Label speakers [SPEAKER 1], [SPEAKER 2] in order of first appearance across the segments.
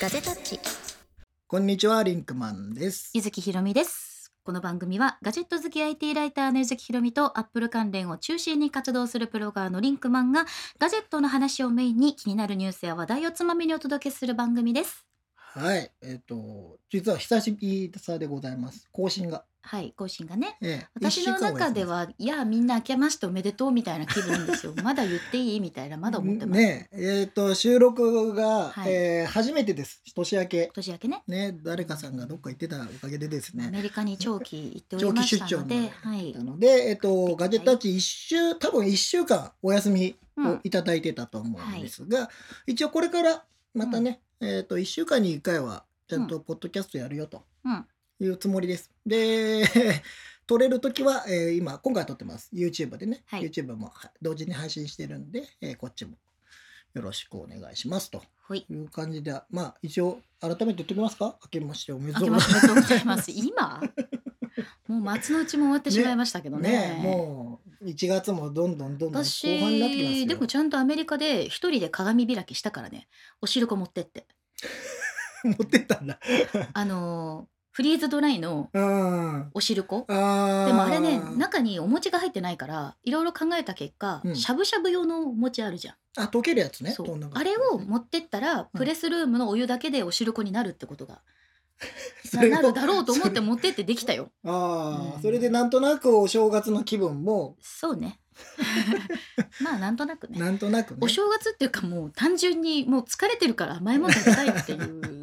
[SPEAKER 1] 風タッチ
[SPEAKER 2] こんにちはリンクマンです。
[SPEAKER 1] ゆずきひろみですこの番組はガジェット好き IT ライターのゆずきひろみとアップル関連を中心に活動するプロガーのリンクマンがガジェットの話をメインに気になるニュースや話題をつまみにお届けする番組です
[SPEAKER 2] はい、えっ、と実は久しぶりさでございます。更新が、
[SPEAKER 1] はい更新がね
[SPEAKER 2] ええ
[SPEAKER 1] 私の中で、はいやみんな明けましておめでとうみたいな気分です よまだ言っていいみたいなまだ思ってます、
[SPEAKER 2] ねえ、えっ、と収録が、
[SPEAKER 1] はい
[SPEAKER 2] えー初めてです。年明け
[SPEAKER 1] 年明けね
[SPEAKER 2] ね誰かさんがどっか行ってたおかげでです
[SPEAKER 1] ア
[SPEAKER 2] ね。
[SPEAKER 1] メリカに長期行っており
[SPEAKER 2] 長
[SPEAKER 1] ま
[SPEAKER 2] 期
[SPEAKER 1] し
[SPEAKER 2] 出
[SPEAKER 1] た
[SPEAKER 2] 張
[SPEAKER 1] ので
[SPEAKER 2] に
[SPEAKER 1] はい
[SPEAKER 2] なので、えっ、とガジェットたち一週多分一週間お休みをいただいてたと思うんですが、一応これからまたね、えっ、と一週間に一回はちゃんとポッドキャストやるよと。
[SPEAKER 1] うん
[SPEAKER 2] いうつもりです。で、 撮れるときは、えー今、今回撮ってます。YouTube でね、
[SPEAKER 1] はい
[SPEAKER 2] YouTube もは同時に配信してるんで、えーこっちもよろしくお願いしますと
[SPEAKER 1] ほい
[SPEAKER 2] いう感じで、まあ、一応、改めて言ってきますか明けましておめ
[SPEAKER 1] 明
[SPEAKER 2] でと
[SPEAKER 1] け
[SPEAKER 2] う
[SPEAKER 1] ま
[SPEAKER 2] ご
[SPEAKER 1] して
[SPEAKER 2] ざ
[SPEAKER 1] おめでとうございます今 もう松の内も終わってしまいましたけ
[SPEAKER 2] い
[SPEAKER 1] ど
[SPEAKER 2] ます。
[SPEAKER 1] ね
[SPEAKER 2] ねえもう1月もどんどんどんどん後半になってきます
[SPEAKER 1] 私
[SPEAKER 2] よ。
[SPEAKER 1] でもちゃんとアメリカで一人で鏡開きしたからねお汁粉持ってって
[SPEAKER 2] 持ってったんだ。
[SPEAKER 1] あのーフリーズドライの
[SPEAKER 2] うん。あ
[SPEAKER 1] お汁粉
[SPEAKER 2] ー
[SPEAKER 1] でもあれね中にお餅が入ってないからいろいろ考えた結果、
[SPEAKER 2] うん
[SPEAKER 1] しゃぶしゃぶ用のお餅あるじゃん、
[SPEAKER 2] あ、溶けるやつね。
[SPEAKER 1] そう
[SPEAKER 2] どんな感
[SPEAKER 1] あ
[SPEAKER 2] じ
[SPEAKER 1] れを持ってったら、プレスルームのお湯だけでお汁粉になるって ことが、
[SPEAKER 2] そ
[SPEAKER 1] な
[SPEAKER 2] れを
[SPEAKER 1] なるだろうと思っ
[SPEAKER 2] そ
[SPEAKER 1] て
[SPEAKER 2] れ
[SPEAKER 1] 持ってってできた よ
[SPEAKER 2] ああ、
[SPEAKER 1] うん
[SPEAKER 2] それでなんとなくお正月の気分も、
[SPEAKER 1] そうね まあなんとなくね
[SPEAKER 2] なんとなくね。
[SPEAKER 1] お正月っていうかもう単純にもう疲れてるから甘いもの食べたいってい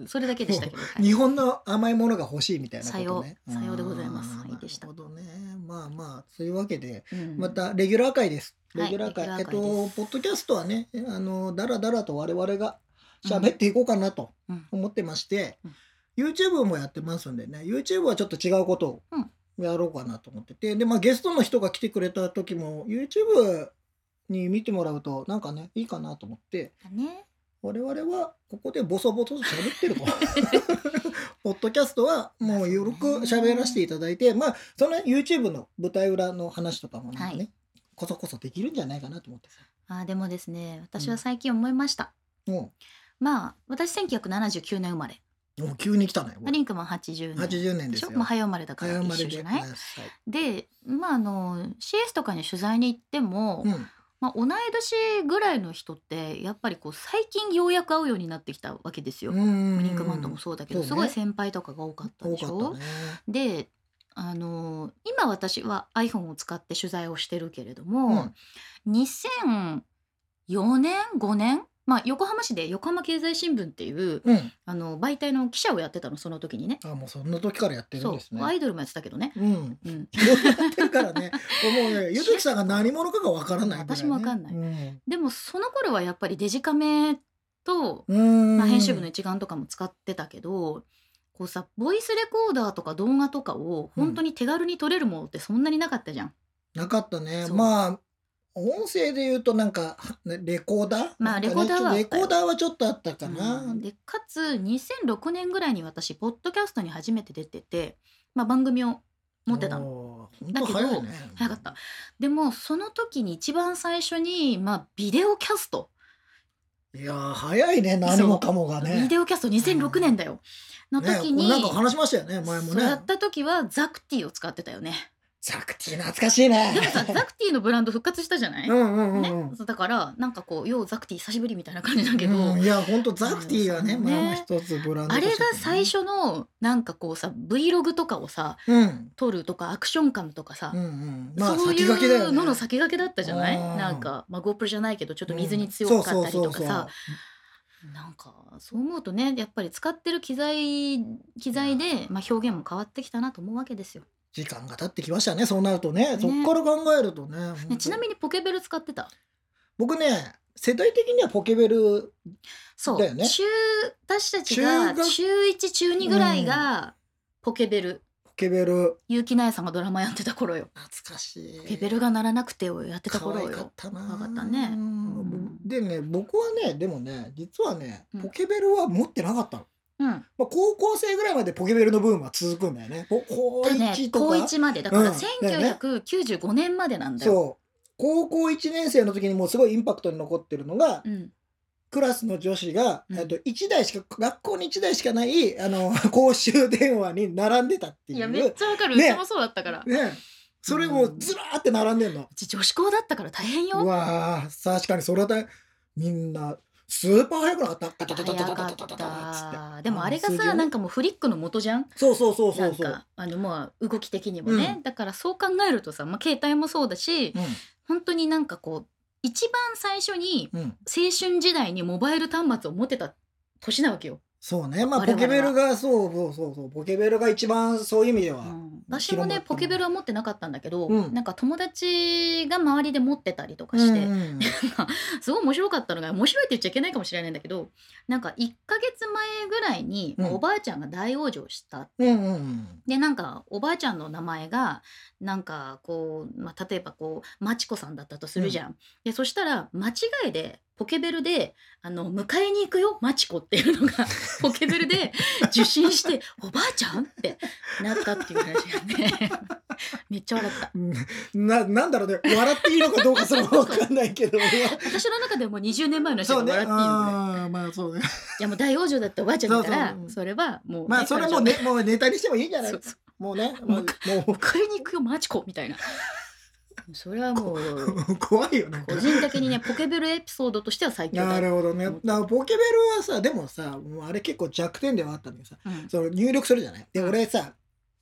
[SPEAKER 1] うそれだけでした けど、はい
[SPEAKER 2] 日本の甘いものが欲しいみたいなこと
[SPEAKER 1] さ
[SPEAKER 2] ね。
[SPEAKER 1] ようさようでございます
[SPEAKER 2] あー
[SPEAKER 1] はいでした
[SPEAKER 2] なるほどね。まあまあ、そういうわけで、
[SPEAKER 1] うん
[SPEAKER 2] またレギュラー会です。
[SPEAKER 1] はい
[SPEAKER 2] レギュラー会。
[SPEAKER 1] レギュラ
[SPEAKER 2] え
[SPEAKER 1] ー会
[SPEAKER 2] っと、
[SPEAKER 1] です
[SPEAKER 2] ポッドキャストはね、あの、だらだらと我々が喋っていこうかなと
[SPEAKER 1] うん
[SPEAKER 2] 思ってまして、
[SPEAKER 1] うん
[SPEAKER 2] YouTube もやってますんでね、YouTube はちょっと違うことをやろうかなと思ってて、で、まあゲストの人が来てくれた時も、YouTube に見てもらうと、なんかね、いいかなと思って、
[SPEAKER 1] だね
[SPEAKER 2] 我々はここでボソボソと喋って ると。ポッドキャストはもうゆるく喋らせていただいて、まあ、その YouTube の舞台裏の話とかもなんかね、
[SPEAKER 1] はい
[SPEAKER 2] こそこそできるんじゃないかなと思ってさ。
[SPEAKER 1] あーでもですね私は最近思いました、
[SPEAKER 2] も
[SPEAKER 1] まあ私1979年生まれ
[SPEAKER 2] う、もう急に来たね。
[SPEAKER 1] リンクマン80年
[SPEAKER 2] 80年
[SPEAKER 1] で
[SPEAKER 2] で
[SPEAKER 1] し
[SPEAKER 2] す
[SPEAKER 1] ょ
[SPEAKER 2] よ。
[SPEAKER 1] もう早生まれだから
[SPEAKER 2] 早生ま
[SPEAKER 1] 一
[SPEAKER 2] れ
[SPEAKER 1] 緒
[SPEAKER 2] で
[SPEAKER 1] じゃ
[SPEAKER 2] ござ
[SPEAKER 1] ないい
[SPEAKER 2] ます。はい
[SPEAKER 1] でまああの CS とかに取材に行っても、
[SPEAKER 2] うん、
[SPEAKER 1] まあ、同い年ぐらいの人ってやっぱりこう最近ようやく会うようになってきたわけですよ、
[SPEAKER 2] うん
[SPEAKER 1] リンクマンともそうだけど、
[SPEAKER 2] そうね
[SPEAKER 1] すごい先輩とかが多かったでしょ
[SPEAKER 2] 多かったね。
[SPEAKER 1] であの今私は iPhone を使って取材をしてるけれども、2004年5年、まあ、横浜市で横浜経済新聞っていう
[SPEAKER 2] うん、うん、
[SPEAKER 1] あの媒体の記者をやってたのその時にね
[SPEAKER 2] あ、もうそんな時からやってるん
[SPEAKER 1] そ
[SPEAKER 2] です
[SPEAKER 1] う
[SPEAKER 2] ね。
[SPEAKER 1] アイドルもやってたけどね、
[SPEAKER 2] うん、
[SPEAKER 1] うん、
[SPEAKER 2] いろいろやってるからね。もうね、ゆずきさんが何者かがわからないぐらいね、
[SPEAKER 1] 私もわかんない
[SPEAKER 2] うん
[SPEAKER 1] でもその頃はやっぱりデジカメと、
[SPEAKER 2] うん、
[SPEAKER 1] まあ、編集部の一眼とかも使ってたけどこうさボイスレコーダーとか動画とかを本当に手軽に撮れるものってそんなになかったじゃん。
[SPEAKER 2] なかったね
[SPEAKER 1] そう
[SPEAKER 2] まあ音声で言うとなんかねレコーダー
[SPEAKER 1] まあ
[SPEAKER 2] なんかね
[SPEAKER 1] レコーダーはあったよ
[SPEAKER 2] レコーダーはちょっとあったかな、
[SPEAKER 1] うんでかつ2006年ぐらいに私ポッドキャストに初めて出てて、まあ、番組を持ってたの
[SPEAKER 2] の本当早いね
[SPEAKER 1] 早かったでもその時に一番最初に、まあ、ビデオキャスト、
[SPEAKER 2] いやー早いね何もかもがね
[SPEAKER 1] ビデオキャスト2006年だよ、の時に、
[SPEAKER 2] ねなんか話しましたよね前も
[SPEAKER 1] そうや
[SPEAKER 2] ね
[SPEAKER 1] った時はザクティを使ってたよ ね
[SPEAKER 2] ザクティ懐かしいね
[SPEAKER 1] でもさザクティのブランド復活したじゃない、
[SPEAKER 2] うんうんうん
[SPEAKER 1] ね
[SPEAKER 2] うん、
[SPEAKER 1] そうだからなんかこう「ようザクティ久しぶり」みたいな感じだけど、
[SPEAKER 2] うんいや本当ザクティがね
[SPEAKER 1] ね
[SPEAKER 2] まあ一つブランド
[SPEAKER 1] あ
[SPEAKER 2] として
[SPEAKER 1] れ
[SPEAKER 2] ね
[SPEAKER 1] が最初のなんかこうさ Vlog とかをさ
[SPEAKER 2] うん
[SPEAKER 1] 撮るとかアクション感とかさ、
[SPEAKER 2] うんうんまあ
[SPEAKER 1] そうい
[SPEAKER 2] 先駆けだよ
[SPEAKER 1] う
[SPEAKER 2] ね
[SPEAKER 1] のの先駆けだったじゃない、
[SPEAKER 2] うん
[SPEAKER 1] なんか、まあ、GoPro じゃないけどちょっと水に強かったりとかさ、なんかそう思うとねやっぱり使ってる機材機材で、まあ、表現も変わってきたなと思うわけですよ、
[SPEAKER 2] 時間が経ってきましたねそうなるとね
[SPEAKER 1] ね
[SPEAKER 2] そっから考えるとね
[SPEAKER 1] ねちなみにポケベル使ってた
[SPEAKER 2] 僕ね世代的にはポケベル
[SPEAKER 1] そう
[SPEAKER 2] だよね
[SPEAKER 1] 中私たちが
[SPEAKER 2] 中学
[SPEAKER 1] 中1中2ぐらいがポケベル、
[SPEAKER 2] ポケベル
[SPEAKER 1] 結城奈絵さんがドラマやってた頃よ
[SPEAKER 2] 懐かしい
[SPEAKER 1] ポケベルが鳴らなくてをやってた
[SPEAKER 2] 可
[SPEAKER 1] 頃
[SPEAKER 2] 愛かっ
[SPEAKER 1] よ
[SPEAKER 2] たな
[SPEAKER 1] 可愛かったね
[SPEAKER 2] うんでね僕はねでもね実はね
[SPEAKER 1] うん
[SPEAKER 2] ポケベルは持ってなかったの、
[SPEAKER 1] うん
[SPEAKER 2] まあ、高校生ぐらいまでポケベルのブームは続くんだよねこ高
[SPEAKER 1] とね
[SPEAKER 2] 1と
[SPEAKER 1] 高
[SPEAKER 2] か、
[SPEAKER 1] 1までだから
[SPEAKER 2] うんだよね
[SPEAKER 1] 1995年までなんだよ、
[SPEAKER 2] そう高校1年生の時にもうすごいインパクトに残ってるのが、
[SPEAKER 1] うん
[SPEAKER 2] クラスの女子が、
[SPEAKER 1] うん
[SPEAKER 2] えっと一台しか学校に1台しかないあの公衆電話に並んでたっていう
[SPEAKER 1] いやめっちゃわかる、
[SPEAKER 2] ね
[SPEAKER 1] うちもそうだったからう
[SPEAKER 2] ねそれもずらーって並んでんの。
[SPEAKER 1] ち女子校だったから大変
[SPEAKER 2] う
[SPEAKER 1] よ
[SPEAKER 2] わー確かにそれだみんなスーパー早くなかったガタガタガタ
[SPEAKER 1] 早か
[SPEAKER 2] ガタガタガタっつって
[SPEAKER 1] ったでもあれが
[SPEAKER 2] あの数字を
[SPEAKER 1] さ
[SPEAKER 2] ね
[SPEAKER 1] なんかもうフリックの元じゃん
[SPEAKER 2] そうそうそうそ
[SPEAKER 1] な
[SPEAKER 2] うんそう。
[SPEAKER 1] かあのまあ動き的にもね、
[SPEAKER 2] う
[SPEAKER 1] だからそう考えるとさ、まあ、携帯もそうだし本当になんかこう一番最初に
[SPEAKER 2] うんうん
[SPEAKER 1] 青春時代にモバイル端末を持ってた年なわけよ。
[SPEAKER 2] そうねまあ
[SPEAKER 1] 我
[SPEAKER 2] ポ
[SPEAKER 1] 々は
[SPEAKER 2] ケベルがそうそうそうそうポケベルが一番そういう意味では、
[SPEAKER 1] 私もね
[SPEAKER 2] 広まった
[SPEAKER 1] ポケベルは持ってなかったんだけど、
[SPEAKER 2] うん
[SPEAKER 1] なんか友達が周りで持ってたりとかして、
[SPEAKER 2] うんうん
[SPEAKER 1] すごい面白かったのが面白いって言っちゃいけないかもしれないんだけどなんか1ヶ月前ぐらいに、
[SPEAKER 2] うん
[SPEAKER 1] おばあちゃんが大往生した
[SPEAKER 2] うんうんうん
[SPEAKER 1] でなんかおばあちゃんの名前がなんかこう、まあ、例えばこうまちこさんだったとするじゃん。でそしたら間違いでポケベルで「あの迎えに行くよまちこ」っていうの がポケベルで受信して「おばあちゃん?」ってなったっていう話がね めっちゃ笑った。
[SPEAKER 2] うんななんだろうね笑っていいのかどうかそれもわかんないけど
[SPEAKER 1] 私の中ではもう20年前の人
[SPEAKER 2] そ
[SPEAKER 1] が
[SPEAKER 2] うね
[SPEAKER 1] 笑っていいよこれ
[SPEAKER 2] あーまあそうね
[SPEAKER 1] いやもう大往生だったおばあちゃんだから
[SPEAKER 2] そうそううん
[SPEAKER 1] それはもうね、
[SPEAKER 2] まあそれはもうねもうネタにしてもいいんじゃ
[SPEAKER 1] 彼女
[SPEAKER 2] ない
[SPEAKER 1] そうそう
[SPEAKER 2] もうねもうも
[SPEAKER 1] 迎えに行くよマチコみたいなそれはもう
[SPEAKER 2] う怖いよなんか
[SPEAKER 1] 個人的にねポケベルエピソードとしては最強だ
[SPEAKER 2] なるほどね
[SPEAKER 1] 思っ。
[SPEAKER 2] だからポケベルはさでもさもうあれ結構弱点ではあったんだけどさ
[SPEAKER 1] うん
[SPEAKER 2] その入力するじゃないで
[SPEAKER 1] うん
[SPEAKER 2] 俺さ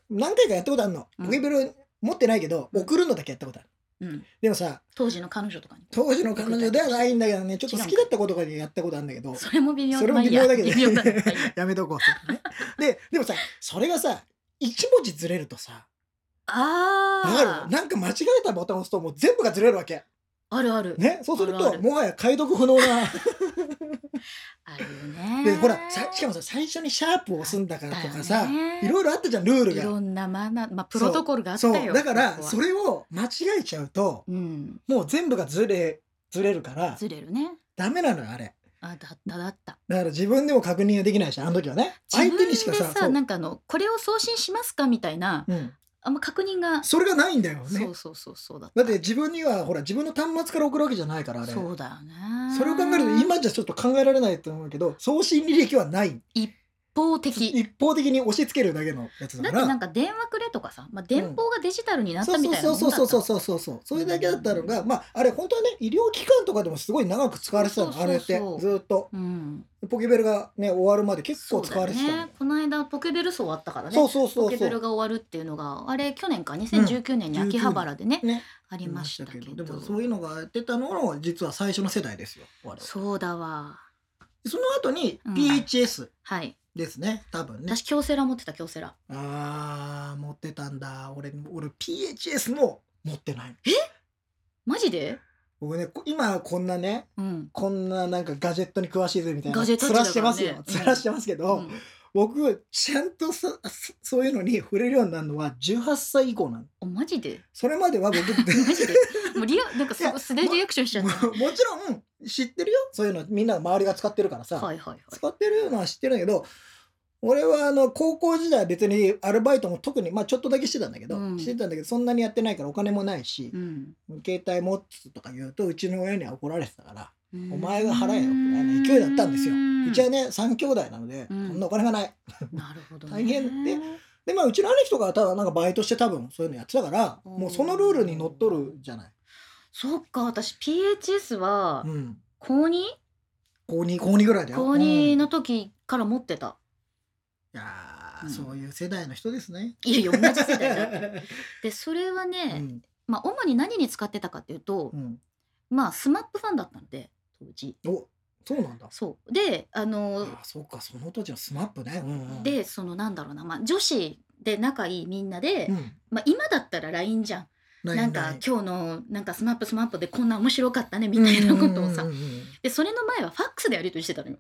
[SPEAKER 2] 何回かやったことあるの
[SPEAKER 1] うん
[SPEAKER 2] ポケベル持ってないけど
[SPEAKER 1] うん
[SPEAKER 2] 送るのだけやったことある
[SPEAKER 1] うん、
[SPEAKER 2] でもさ
[SPEAKER 1] 当時の彼女とかに
[SPEAKER 2] 当時の彼女ではないんだけどねちょっと好きだったことがやったことあるんだけど
[SPEAKER 1] それも微妙
[SPEAKER 2] それ
[SPEAKER 1] ま
[SPEAKER 2] も
[SPEAKER 1] あいい
[SPEAKER 2] 微
[SPEAKER 1] や
[SPEAKER 2] 妙だけど
[SPEAKER 1] 微妙だね
[SPEAKER 2] やめとこうそれねででもさそれがさ1文字ずれるとさわか
[SPEAKER 1] あー
[SPEAKER 2] るなんか間違えたボタンを押すともう全部がずれるわけ
[SPEAKER 1] あるある、
[SPEAKER 2] ねそうする
[SPEAKER 1] あるあ
[SPEAKER 2] と
[SPEAKER 1] る
[SPEAKER 2] もはや解読不能な
[SPEAKER 1] あるよね
[SPEAKER 2] でほらさしかもさ最初にシャープを押すんだからとか
[SPEAKER 1] あっ
[SPEAKER 2] さ
[SPEAKER 1] たよね
[SPEAKER 2] いろいろあったじゃんルール
[SPEAKER 1] いろ
[SPEAKER 2] が。
[SPEAKER 1] んなマナー、まあ、プロトコルがあった
[SPEAKER 2] そ
[SPEAKER 1] よ
[SPEAKER 2] うだから
[SPEAKER 1] ここは
[SPEAKER 2] それを間違えちゃうと
[SPEAKER 1] うん
[SPEAKER 2] もう全部がずれずれるから
[SPEAKER 1] ずれるね
[SPEAKER 2] ダメなのよあれ
[SPEAKER 1] あだっただった
[SPEAKER 2] だから自分でも確認ができないしあの時はね相
[SPEAKER 1] 自
[SPEAKER 2] 手
[SPEAKER 1] 分で
[SPEAKER 2] にし
[SPEAKER 1] さ
[SPEAKER 2] かさそう
[SPEAKER 1] なんかあのこれを送信しますかみたいな
[SPEAKER 2] うん、
[SPEAKER 1] あんま確認が
[SPEAKER 2] それがないんだよ
[SPEAKER 1] そ
[SPEAKER 2] ね
[SPEAKER 1] うそうそうそうだった
[SPEAKER 2] だって自分にはほら自分の端末から送るわけじゃないからあれ
[SPEAKER 1] そうだよね
[SPEAKER 2] それを考えると今じゃちょっと考えられないと思うけど送信履歴はない
[SPEAKER 1] 一方的
[SPEAKER 2] 一方的に押し付けるだけのやつ
[SPEAKER 1] だ
[SPEAKER 2] だ
[SPEAKER 1] っ
[SPEAKER 2] か
[SPEAKER 1] て
[SPEAKER 2] ら
[SPEAKER 1] なんか電話くれとかさ、まあ、電報がデジタルになっ
[SPEAKER 2] そ
[SPEAKER 1] た
[SPEAKER 2] う
[SPEAKER 1] みたいな
[SPEAKER 2] そ
[SPEAKER 1] も
[SPEAKER 2] うん
[SPEAKER 1] だ
[SPEAKER 2] そ
[SPEAKER 1] っ
[SPEAKER 2] う
[SPEAKER 1] た
[SPEAKER 2] そうそうそうそうそうそれだけだったのが、まああれ本当はね医療機関とかでもすごい長く使われてたの
[SPEAKER 1] そうそうそう
[SPEAKER 2] あれってずーっと
[SPEAKER 1] うん、
[SPEAKER 2] ポケベルがね終わるまで結
[SPEAKER 1] そ
[SPEAKER 2] 構
[SPEAKER 1] う
[SPEAKER 2] 使わ
[SPEAKER 1] だ
[SPEAKER 2] れてたの
[SPEAKER 1] ねこの間ポケベル層あったからね
[SPEAKER 2] そうそうそ
[SPEAKER 1] ポ
[SPEAKER 2] う
[SPEAKER 1] ケ
[SPEAKER 2] そ
[SPEAKER 1] ベル
[SPEAKER 2] う
[SPEAKER 1] が終わるっていうのがあれ去年か2019年に秋葉原でね、
[SPEAKER 2] ね
[SPEAKER 1] ありましたけど
[SPEAKER 2] でもそういうのが出たのが実は最初の世代ですよ我々
[SPEAKER 1] そうだわ
[SPEAKER 2] その後に
[SPEAKER 1] うん
[SPEAKER 2] PHS
[SPEAKER 1] はい
[SPEAKER 2] ですね、多分ね
[SPEAKER 1] 私京セラ持ってた京セラ
[SPEAKER 2] あー持ってたんだ俺俺 PHS も持ってない
[SPEAKER 1] マジで
[SPEAKER 2] 僕ねこ今こんなね
[SPEAKER 1] うん、
[SPEAKER 2] こんななんかガジェットに詳しいぜみたいな
[SPEAKER 1] ガジェット
[SPEAKER 2] つ
[SPEAKER 1] だかららね
[SPEAKER 2] してますよ、
[SPEAKER 1] うん
[SPEAKER 2] つらしてますけ
[SPEAKER 1] う
[SPEAKER 2] ど、
[SPEAKER 1] ん
[SPEAKER 2] 僕ちゃんとそそそういうのに触れるようになるのは18歳以降なの
[SPEAKER 1] おマジで
[SPEAKER 2] それまでは僕
[SPEAKER 1] マジでもうリアなんかす
[SPEAKER 2] い
[SPEAKER 1] ご
[SPEAKER 2] や
[SPEAKER 1] い素でリアクションしちゃった
[SPEAKER 2] ももちろん知ってるよそういうのみんな周りが使ってるからさ、
[SPEAKER 1] はいはいはい
[SPEAKER 2] 使ってるのは知ってるんだけど俺はあの高校時代は別にアルバイトも特にまあちょっとだけしてたんだけど、
[SPEAKER 1] うん
[SPEAKER 2] してたんだけどそんなにやってないからお金もないし
[SPEAKER 1] う、ん
[SPEAKER 2] 携帯持つとか言うとうちの親には怒られてたから、
[SPEAKER 1] うん
[SPEAKER 2] お前が払えよみたいな勢いだったんですよ。うちは
[SPEAKER 1] ね、
[SPEAKER 2] ね3兄弟なので、
[SPEAKER 1] うん
[SPEAKER 2] そんなお金がない
[SPEAKER 1] なるほど、ね、
[SPEAKER 2] 大変ででまあうちの兄貴とかはただなんかバイトして多分そういうのやってたから
[SPEAKER 1] うん
[SPEAKER 2] もうそのルールにのっとるじゃない。
[SPEAKER 1] そっか私 PHS は
[SPEAKER 2] うん、
[SPEAKER 1] 高 2?
[SPEAKER 2] 高2高2ぐらいだよ。
[SPEAKER 1] 高2の時から持ってた、
[SPEAKER 2] うんいやー、
[SPEAKER 1] うん
[SPEAKER 2] そういう世代の人ですね。
[SPEAKER 1] いやいや同じ世代 だでそれはね、
[SPEAKER 2] うん
[SPEAKER 1] まあ主に何に使ってたかっていうと、
[SPEAKER 2] うん、
[SPEAKER 1] まあスマップファンだったんで当時
[SPEAKER 2] おそうなんだ。
[SPEAKER 1] そうであ
[SPEAKER 2] あ
[SPEAKER 1] の
[SPEAKER 2] ーそうかその当時のスマップね。うんうん、
[SPEAKER 1] でそのなんだろうな、まあ、女子で仲いいみんなで、
[SPEAKER 2] うん、
[SPEAKER 1] まあ、今だったら LINE じゃん
[SPEAKER 2] な
[SPEAKER 1] なんか今日のなんかスマップスマップでこんな面白かったねみたいなことをさ、
[SPEAKER 2] うんうんうんうん
[SPEAKER 1] でそれの前はファックスでやり取りしてたのよ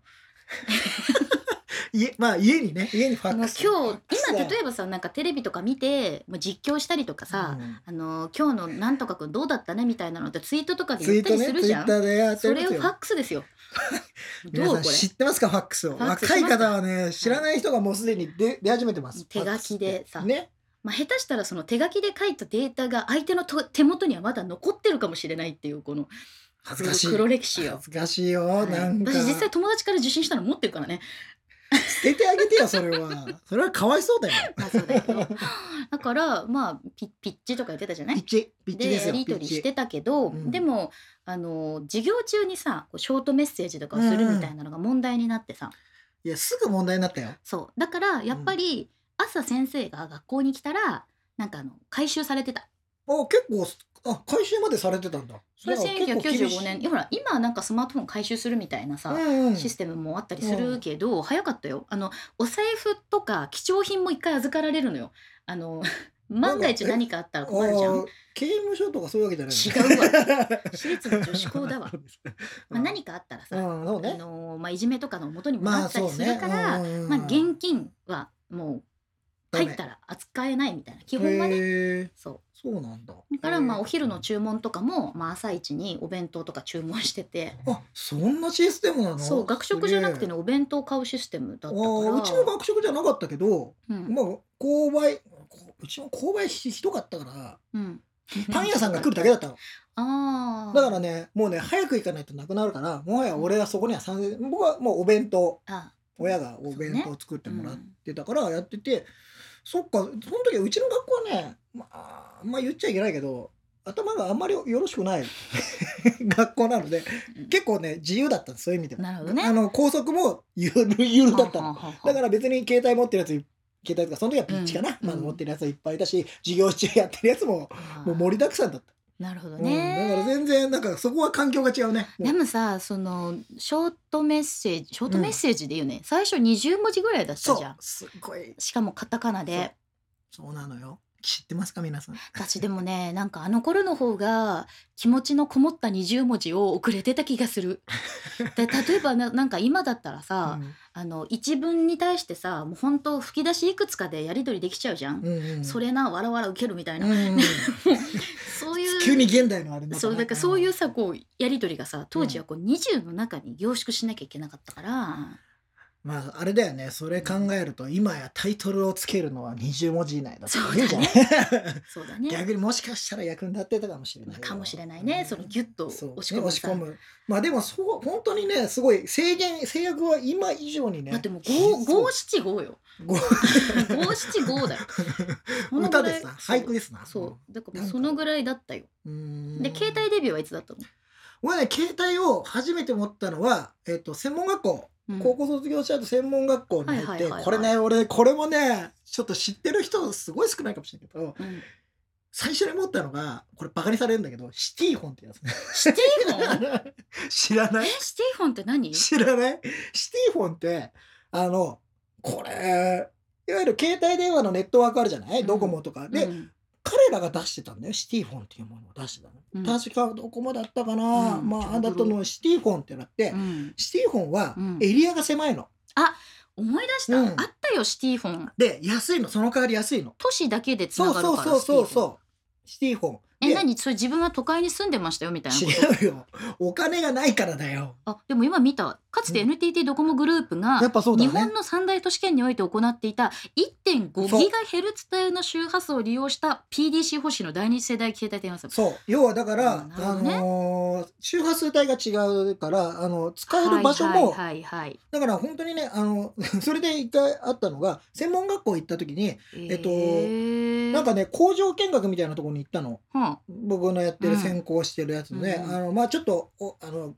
[SPEAKER 2] 家まあ家にね家にファッ
[SPEAKER 1] もう
[SPEAKER 2] クス。
[SPEAKER 1] 今日今例えばさなんかテレビとか見てもう実況したりとかさ、
[SPEAKER 2] うん
[SPEAKER 1] あの今日のなんとかくんどうだったねみたいなのってツイートとかで
[SPEAKER 2] ツイ
[SPEAKER 1] 言っ
[SPEAKER 2] ー
[SPEAKER 1] たり
[SPEAKER 2] ト
[SPEAKER 1] す
[SPEAKER 2] ね
[SPEAKER 1] る
[SPEAKER 2] ツイ
[SPEAKER 1] じゃ
[SPEAKER 2] ッ
[SPEAKER 1] ん、
[SPEAKER 2] ターでやって
[SPEAKER 1] そ
[SPEAKER 2] るんで
[SPEAKER 1] れを
[SPEAKER 2] す
[SPEAKER 1] フ
[SPEAKER 2] よ
[SPEAKER 1] ァッ。クス ですよど
[SPEAKER 2] 皆
[SPEAKER 1] う
[SPEAKER 2] さん
[SPEAKER 1] こ
[SPEAKER 2] 知
[SPEAKER 1] れ
[SPEAKER 2] ってますかファックスを
[SPEAKER 1] ファックス
[SPEAKER 2] 若い方はね知らない人がもうすでに出出始めてます
[SPEAKER 1] 手書きでさ
[SPEAKER 2] ファックスってね
[SPEAKER 1] まあ、下手したらその手書きで書いたデータが相手のと手元にはまだ残ってるかもしれないっていうこの
[SPEAKER 2] 恥ずかしい
[SPEAKER 1] 黒歴史よ
[SPEAKER 2] 恥ずかしいよ、
[SPEAKER 1] はい
[SPEAKER 2] なんか
[SPEAKER 1] 私実際友達から受信したの持ってる からね。
[SPEAKER 2] 捨ててあげてよそれはそれはかわいそうだよ
[SPEAKER 1] まあそうだけど だからまあピピッチとか言ってたじゃな
[SPEAKER 2] ピッ
[SPEAKER 1] い
[SPEAKER 2] チピッチで
[SPEAKER 1] や
[SPEAKER 2] すよ
[SPEAKER 1] り取り
[SPEAKER 2] ピ
[SPEAKER 1] し
[SPEAKER 2] ッチ
[SPEAKER 1] てたけど、
[SPEAKER 2] うん
[SPEAKER 1] でもあの授業中にさこうショートメッセージとかをするみたいなのが問題になってさ、
[SPEAKER 2] いやすぐ問題になったよ
[SPEAKER 1] そうだからやっぱり朝先生が学校に来たらなんかあの回収されてた
[SPEAKER 2] あ結構あ回収までされてたんだ
[SPEAKER 1] それ
[SPEAKER 2] じゃあ結構厳しい
[SPEAKER 1] 1995年いやほら今はなんかスマートフォン回収するみたいなさ、
[SPEAKER 2] うんうん
[SPEAKER 1] システムもあったりするけど、早かったよあのお財布とか貴重品も一回預かられるのよあ の万が一何かあったら困るじゃ
[SPEAKER 2] あ
[SPEAKER 1] ん
[SPEAKER 2] ー刑務所とかそういうわけじゃない
[SPEAKER 1] 違う わ私立の女子校だわ
[SPEAKER 2] そうです
[SPEAKER 1] まあ、何かあったらさ、
[SPEAKER 2] うんそう
[SPEAKER 1] あ
[SPEAKER 2] ね
[SPEAKER 1] のまあ、いじめとかの元にも
[SPEAKER 2] ま
[SPEAKER 1] な
[SPEAKER 2] あ
[SPEAKER 1] った
[SPEAKER 2] そ
[SPEAKER 1] り
[SPEAKER 2] う
[SPEAKER 1] す
[SPEAKER 2] ね
[SPEAKER 1] るから、まあ
[SPEAKER 2] うんうんうん
[SPEAKER 1] 現金はもう
[SPEAKER 2] ダメ
[SPEAKER 1] 入ったら扱えないみたいな基本はね
[SPEAKER 2] へー
[SPEAKER 1] そ
[SPEAKER 2] そうなんだ
[SPEAKER 1] うだからまあお昼の
[SPEAKER 2] へ
[SPEAKER 1] 注文とかも、まあ、朝一にお弁当とか注文してて
[SPEAKER 2] ーあそんなシステムなの
[SPEAKER 1] そう学食じゃなくてね
[SPEAKER 2] ね
[SPEAKER 1] お弁当買うシステムだ
[SPEAKER 2] あ
[SPEAKER 1] ったから
[SPEAKER 2] ーうちも学食じゃなかったけど、
[SPEAKER 1] うん
[SPEAKER 2] まあ購買こううちも購買ひひどかったから
[SPEAKER 1] うん、
[SPEAKER 2] パン屋さんが来るだけだったの
[SPEAKER 1] ああ
[SPEAKER 2] だからねもうね早く行かないとなくなるからもはや俺はそこには参戦僕はもうお弁当
[SPEAKER 1] あ
[SPEAKER 2] 親がお弁
[SPEAKER 1] そう
[SPEAKER 2] 当
[SPEAKER 1] ね
[SPEAKER 2] 作ってもらってたからやってて、そっかその時はうちの学校はね、まあ、あんま言っちゃいけないけど頭があんまりよろしくない 学校なので
[SPEAKER 1] うん
[SPEAKER 2] 結構ね自由だったんですそういう意味では
[SPEAKER 1] なるほどね
[SPEAKER 2] あの校則もゆるゆるだったのだからら別に携帯持ってるやつ携帯とかその時はピッチかな、
[SPEAKER 1] うん
[SPEAKER 2] まあ、
[SPEAKER 1] うん
[SPEAKER 2] 持ってるやつはいっぱいいたし授業中やってるやつももう盛りだくさんだった、
[SPEAKER 1] なるほど
[SPEAKER 2] うん、だから
[SPEAKER 1] ね、
[SPEAKER 2] 全然なんかそこは環境が違うねもう
[SPEAKER 1] でもさそのショートメッセージショートメッセージで言うね、最初20文字ぐらいだった
[SPEAKER 2] そ
[SPEAKER 1] じゃ
[SPEAKER 2] うんすっごい
[SPEAKER 1] しかもカタカナで
[SPEAKER 2] そうなのよ知ってますか皆さん
[SPEAKER 1] 私でもねなんかあの頃の方が気持ちのこもった20文字を送れてた気がす るで例えばななんか今だったらさ、あの一文に対してさもう本当吹き出しいくつかでやり取りできちゃうじゃん、
[SPEAKER 2] うんうんうん
[SPEAKER 1] それなわらわら受けるみたいな、
[SPEAKER 2] う んうん
[SPEAKER 1] そういう
[SPEAKER 2] 急に現代のあれ
[SPEAKER 1] そうだからそういううさこうやり取りがさ当時はこう20の中に凝縮しなきゃいけなかったから、
[SPEAKER 2] まああれだよねそれ考えると今やタイトルをつけるのは20文字以内だと
[SPEAKER 1] そうだね
[SPEAKER 2] 言うじゃん
[SPEAKER 1] そうだね
[SPEAKER 2] 逆にもしかしたら役に立ってたかもしれないよ
[SPEAKER 1] かもしれないね、
[SPEAKER 2] うん
[SPEAKER 1] そのギュッと
[SPEAKER 2] そう
[SPEAKER 1] 押し込むさ、
[SPEAKER 2] ね押し込むまあでもそう本当にねすごい制限制約は今以上にね
[SPEAKER 1] だってもう五五七五 よ
[SPEAKER 2] 五
[SPEAKER 1] 五七五だよそのぐ
[SPEAKER 2] 歌
[SPEAKER 1] ら
[SPEAKER 2] で
[SPEAKER 1] い
[SPEAKER 2] すな俳句ですな
[SPEAKER 1] そうだからもうそのぐらいだったよ
[SPEAKER 2] うん
[SPEAKER 1] で携帯デビューはいつだったの、
[SPEAKER 2] 俺ね携帯を初めて持ったのは、えっと専門学校
[SPEAKER 1] うん
[SPEAKER 2] 高校卒業した後専門学校に入
[SPEAKER 1] はい
[SPEAKER 2] っ
[SPEAKER 1] はい
[SPEAKER 2] て
[SPEAKER 1] はいはい
[SPEAKER 2] これね俺これもねちょっと知ってる人すごい少ないかもしれないけど
[SPEAKER 1] うん
[SPEAKER 2] 最初に持ったのがこれバカにされるんだけどシティフォンってやつね
[SPEAKER 1] シティフォン
[SPEAKER 2] 知らな
[SPEAKER 1] え
[SPEAKER 2] い
[SPEAKER 1] シティフォンって何
[SPEAKER 2] 知らないシティフォンってあのこれいわゆる携帯電話のネットワークあるじゃない、
[SPEAKER 1] うん
[SPEAKER 2] ドコモとかで、
[SPEAKER 1] うん
[SPEAKER 2] 彼らが出してたんだよシティフォンっていうものを出してたの、
[SPEAKER 1] うん
[SPEAKER 2] 確かドコモだったかな、
[SPEAKER 1] うん
[SPEAKER 2] まああ
[SPEAKER 1] ちょ
[SPEAKER 2] だ
[SPEAKER 1] う
[SPEAKER 2] と
[SPEAKER 1] ど
[SPEAKER 2] のシティフォンってなって、
[SPEAKER 1] うん
[SPEAKER 2] シティフォンは
[SPEAKER 1] うん
[SPEAKER 2] エリアが狭いの、
[SPEAKER 1] 思い出した、
[SPEAKER 2] うん
[SPEAKER 1] あったよシティフォン
[SPEAKER 2] で安いのその代わり安いの
[SPEAKER 1] 都市だけでつ
[SPEAKER 2] そ
[SPEAKER 1] な
[SPEAKER 2] う
[SPEAKER 1] がる
[SPEAKER 2] そ
[SPEAKER 1] か
[SPEAKER 2] う
[SPEAKER 1] ら
[SPEAKER 2] そうそう
[SPEAKER 1] う
[SPEAKER 2] そうシティフォン
[SPEAKER 1] え
[SPEAKER 2] で
[SPEAKER 1] 何それ自分は都会に住んでましたよみたいなこと
[SPEAKER 2] 違うよお金がないからだよ
[SPEAKER 1] あでも今見たかつて
[SPEAKER 2] う
[SPEAKER 1] NTT ドコモグループが
[SPEAKER 2] やっぱそうだ
[SPEAKER 1] 日
[SPEAKER 2] よね
[SPEAKER 1] 本の三大都市圏において行っていた1.5
[SPEAKER 2] そう
[SPEAKER 1] ギガヘルツ帯の周波数を利用した PDC 方式の第二世代携帯電話サービス
[SPEAKER 2] そう要はだから、
[SPEAKER 1] うんなる
[SPEAKER 2] あ
[SPEAKER 1] ほどね
[SPEAKER 2] のー周波数帯が違うからあの使える場所も、
[SPEAKER 1] はいはいはい、
[SPEAKER 2] だから本当にねあの それで一回あったのが専門学校行った時に
[SPEAKER 1] はい
[SPEAKER 2] えっと
[SPEAKER 1] え
[SPEAKER 2] なんかね工場見学みたいなところに行ったの
[SPEAKER 1] は
[SPEAKER 2] 僕のやって
[SPEAKER 1] う
[SPEAKER 2] る
[SPEAKER 1] ん
[SPEAKER 2] 専攻してるやつで、
[SPEAKER 1] うんうん
[SPEAKER 2] あのまあちょっとおあの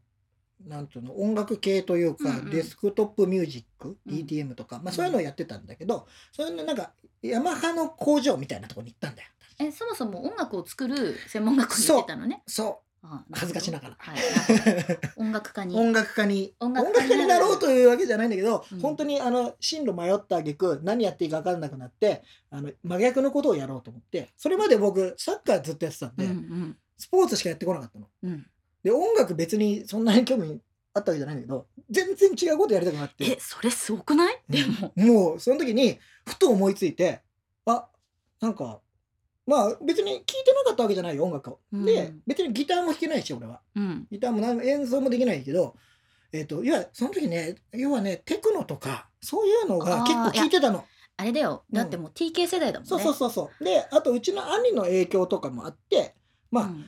[SPEAKER 2] なんていうの音楽系というか、
[SPEAKER 1] うんうん
[SPEAKER 2] デスクトップミュージック
[SPEAKER 1] うん
[SPEAKER 2] DTM とか、まあ、そういうのをやってたんだけど、それのなんかヤマハの工場みたいなところに行ったんだよ。
[SPEAKER 1] あ、えそもそも音楽を作る専門学校に行ってたのね
[SPEAKER 2] そ
[SPEAKER 1] あ
[SPEAKER 2] 恥ずかしながら
[SPEAKER 1] はい、なるほど音楽家
[SPEAKER 2] う
[SPEAKER 1] に
[SPEAKER 2] 音楽家に
[SPEAKER 1] 音
[SPEAKER 2] 音
[SPEAKER 1] 楽
[SPEAKER 2] 楽
[SPEAKER 1] 家に
[SPEAKER 2] 家になろうというわけじゃないんだけど、
[SPEAKER 1] うん
[SPEAKER 2] 本当にあの進路迷った挙句何やっていいか分かんなくなってあの真逆のことをやろうと思ってそれまで僕サッカーずっとやってたん
[SPEAKER 1] う
[SPEAKER 2] で、
[SPEAKER 1] んうん
[SPEAKER 2] スポーツしかやってこなかったの。
[SPEAKER 1] うん、
[SPEAKER 2] で音楽別にそんなに興味あったわけじゃないんだけど全然違うことやりたくなっ
[SPEAKER 1] え
[SPEAKER 2] て
[SPEAKER 1] それすごくないでも、
[SPEAKER 2] もうその時にふと思いついてあなんかまあ別に聴いてなかったわけじゃないよ音楽を。
[SPEAKER 1] う
[SPEAKER 2] で
[SPEAKER 1] ん
[SPEAKER 2] 別にギターも弾けないし俺は
[SPEAKER 1] うん、
[SPEAKER 2] ギターもなん演奏もできないけど。えっと要はその時ね要はねテクノとかそういうのが結構聴いてたの、
[SPEAKER 1] あれだよだってもう TK 世代だもんね
[SPEAKER 2] そうそうそうそうであとうちの兄の影響とかもあってまあ、
[SPEAKER 1] うん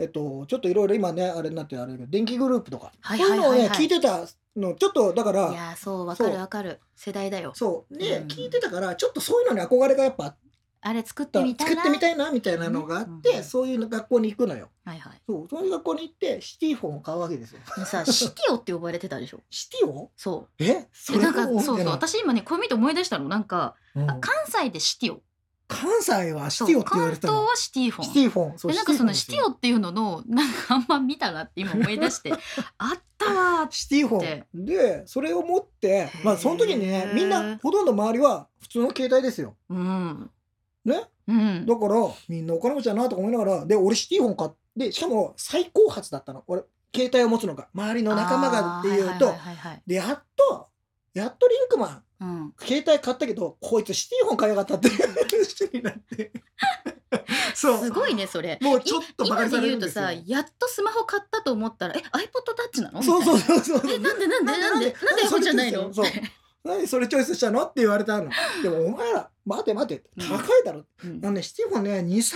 [SPEAKER 2] えっと、ちょっといろいろ今ねあれになってあれだけど電気グループとか、
[SPEAKER 1] はい
[SPEAKER 2] そう
[SPEAKER 1] はいいうは
[SPEAKER 2] のを
[SPEAKER 1] い
[SPEAKER 2] ね
[SPEAKER 1] はい
[SPEAKER 2] 聞いてたのちょっとだか
[SPEAKER 1] い
[SPEAKER 2] ら
[SPEAKER 1] やーそうわかる
[SPEAKER 2] そう
[SPEAKER 1] わかる世代だよ
[SPEAKER 2] そうで、
[SPEAKER 1] うん
[SPEAKER 2] 聞いてたからちょっとそういうのに憧れがやっぱあっ
[SPEAKER 1] あれ作ったてみたい
[SPEAKER 2] 作
[SPEAKER 1] な
[SPEAKER 2] ってみたいなみたいなのがあって、
[SPEAKER 1] うんうん
[SPEAKER 2] そういう学校に行くのよ
[SPEAKER 1] はいはい
[SPEAKER 2] そうそういう学校に行ってシティフォンを買うわけですよ
[SPEAKER 1] でさシティオって呼ばれてたでしょ
[SPEAKER 2] シティを
[SPEAKER 1] そ
[SPEAKER 2] え
[SPEAKER 1] う
[SPEAKER 2] そ
[SPEAKER 1] え
[SPEAKER 2] れ
[SPEAKER 1] なんか
[SPEAKER 2] も
[SPEAKER 1] そうそう
[SPEAKER 2] 覚
[SPEAKER 1] 私今ねこれ見て思い出したのなんか、
[SPEAKER 2] えてない
[SPEAKER 1] あ関西でシティオ
[SPEAKER 2] 関西はシ
[SPEAKER 1] そう
[SPEAKER 2] ティオって言われてた
[SPEAKER 1] 関東
[SPEAKER 2] の
[SPEAKER 1] はシティフォン
[SPEAKER 2] シティフォンそう
[SPEAKER 1] でなんかそのシティ
[SPEAKER 2] フォン
[SPEAKER 1] オっていうののなんかあんま見たなって今思い出して あったわー
[SPEAKER 2] シティフォンでそれを持ってまあその時にね
[SPEAKER 1] へー
[SPEAKER 2] みんなほとんど周りは普通の携帯ですよ
[SPEAKER 1] うん
[SPEAKER 2] ね
[SPEAKER 1] うん
[SPEAKER 2] だからみんなお金持ちだなとか思いながらで俺シティフォン買ってしかも最高発だったの俺携帯を持つのが周りの仲間がっていうと、
[SPEAKER 1] あーはいはいはいはい
[SPEAKER 2] でやっとやっとリンクマン
[SPEAKER 1] うん
[SPEAKER 2] 携帯買ったけどこいつシティフォン買いやがったっていう話になって そう
[SPEAKER 1] すごいねそれ
[SPEAKER 2] もうちょっとバ
[SPEAKER 1] 今
[SPEAKER 2] カにさ
[SPEAKER 1] で
[SPEAKER 2] れ
[SPEAKER 1] 言
[SPEAKER 2] る
[SPEAKER 1] うんと
[SPEAKER 2] ですよ
[SPEAKER 1] さやっとスマホ買ったと思ったらえ iPodTouch なのみたいな
[SPEAKER 2] そうそうそうそう
[SPEAKER 1] えなんでなんでなんでなんで
[SPEAKER 2] そ
[SPEAKER 1] iPhone
[SPEAKER 2] れ
[SPEAKER 1] じゃないの
[SPEAKER 2] そう何それチョイスしたのって言われたのでもお前ら待て待て
[SPEAKER 1] うん
[SPEAKER 2] 高いだろ、
[SPEAKER 1] うん
[SPEAKER 2] なんでシティフォンね23割安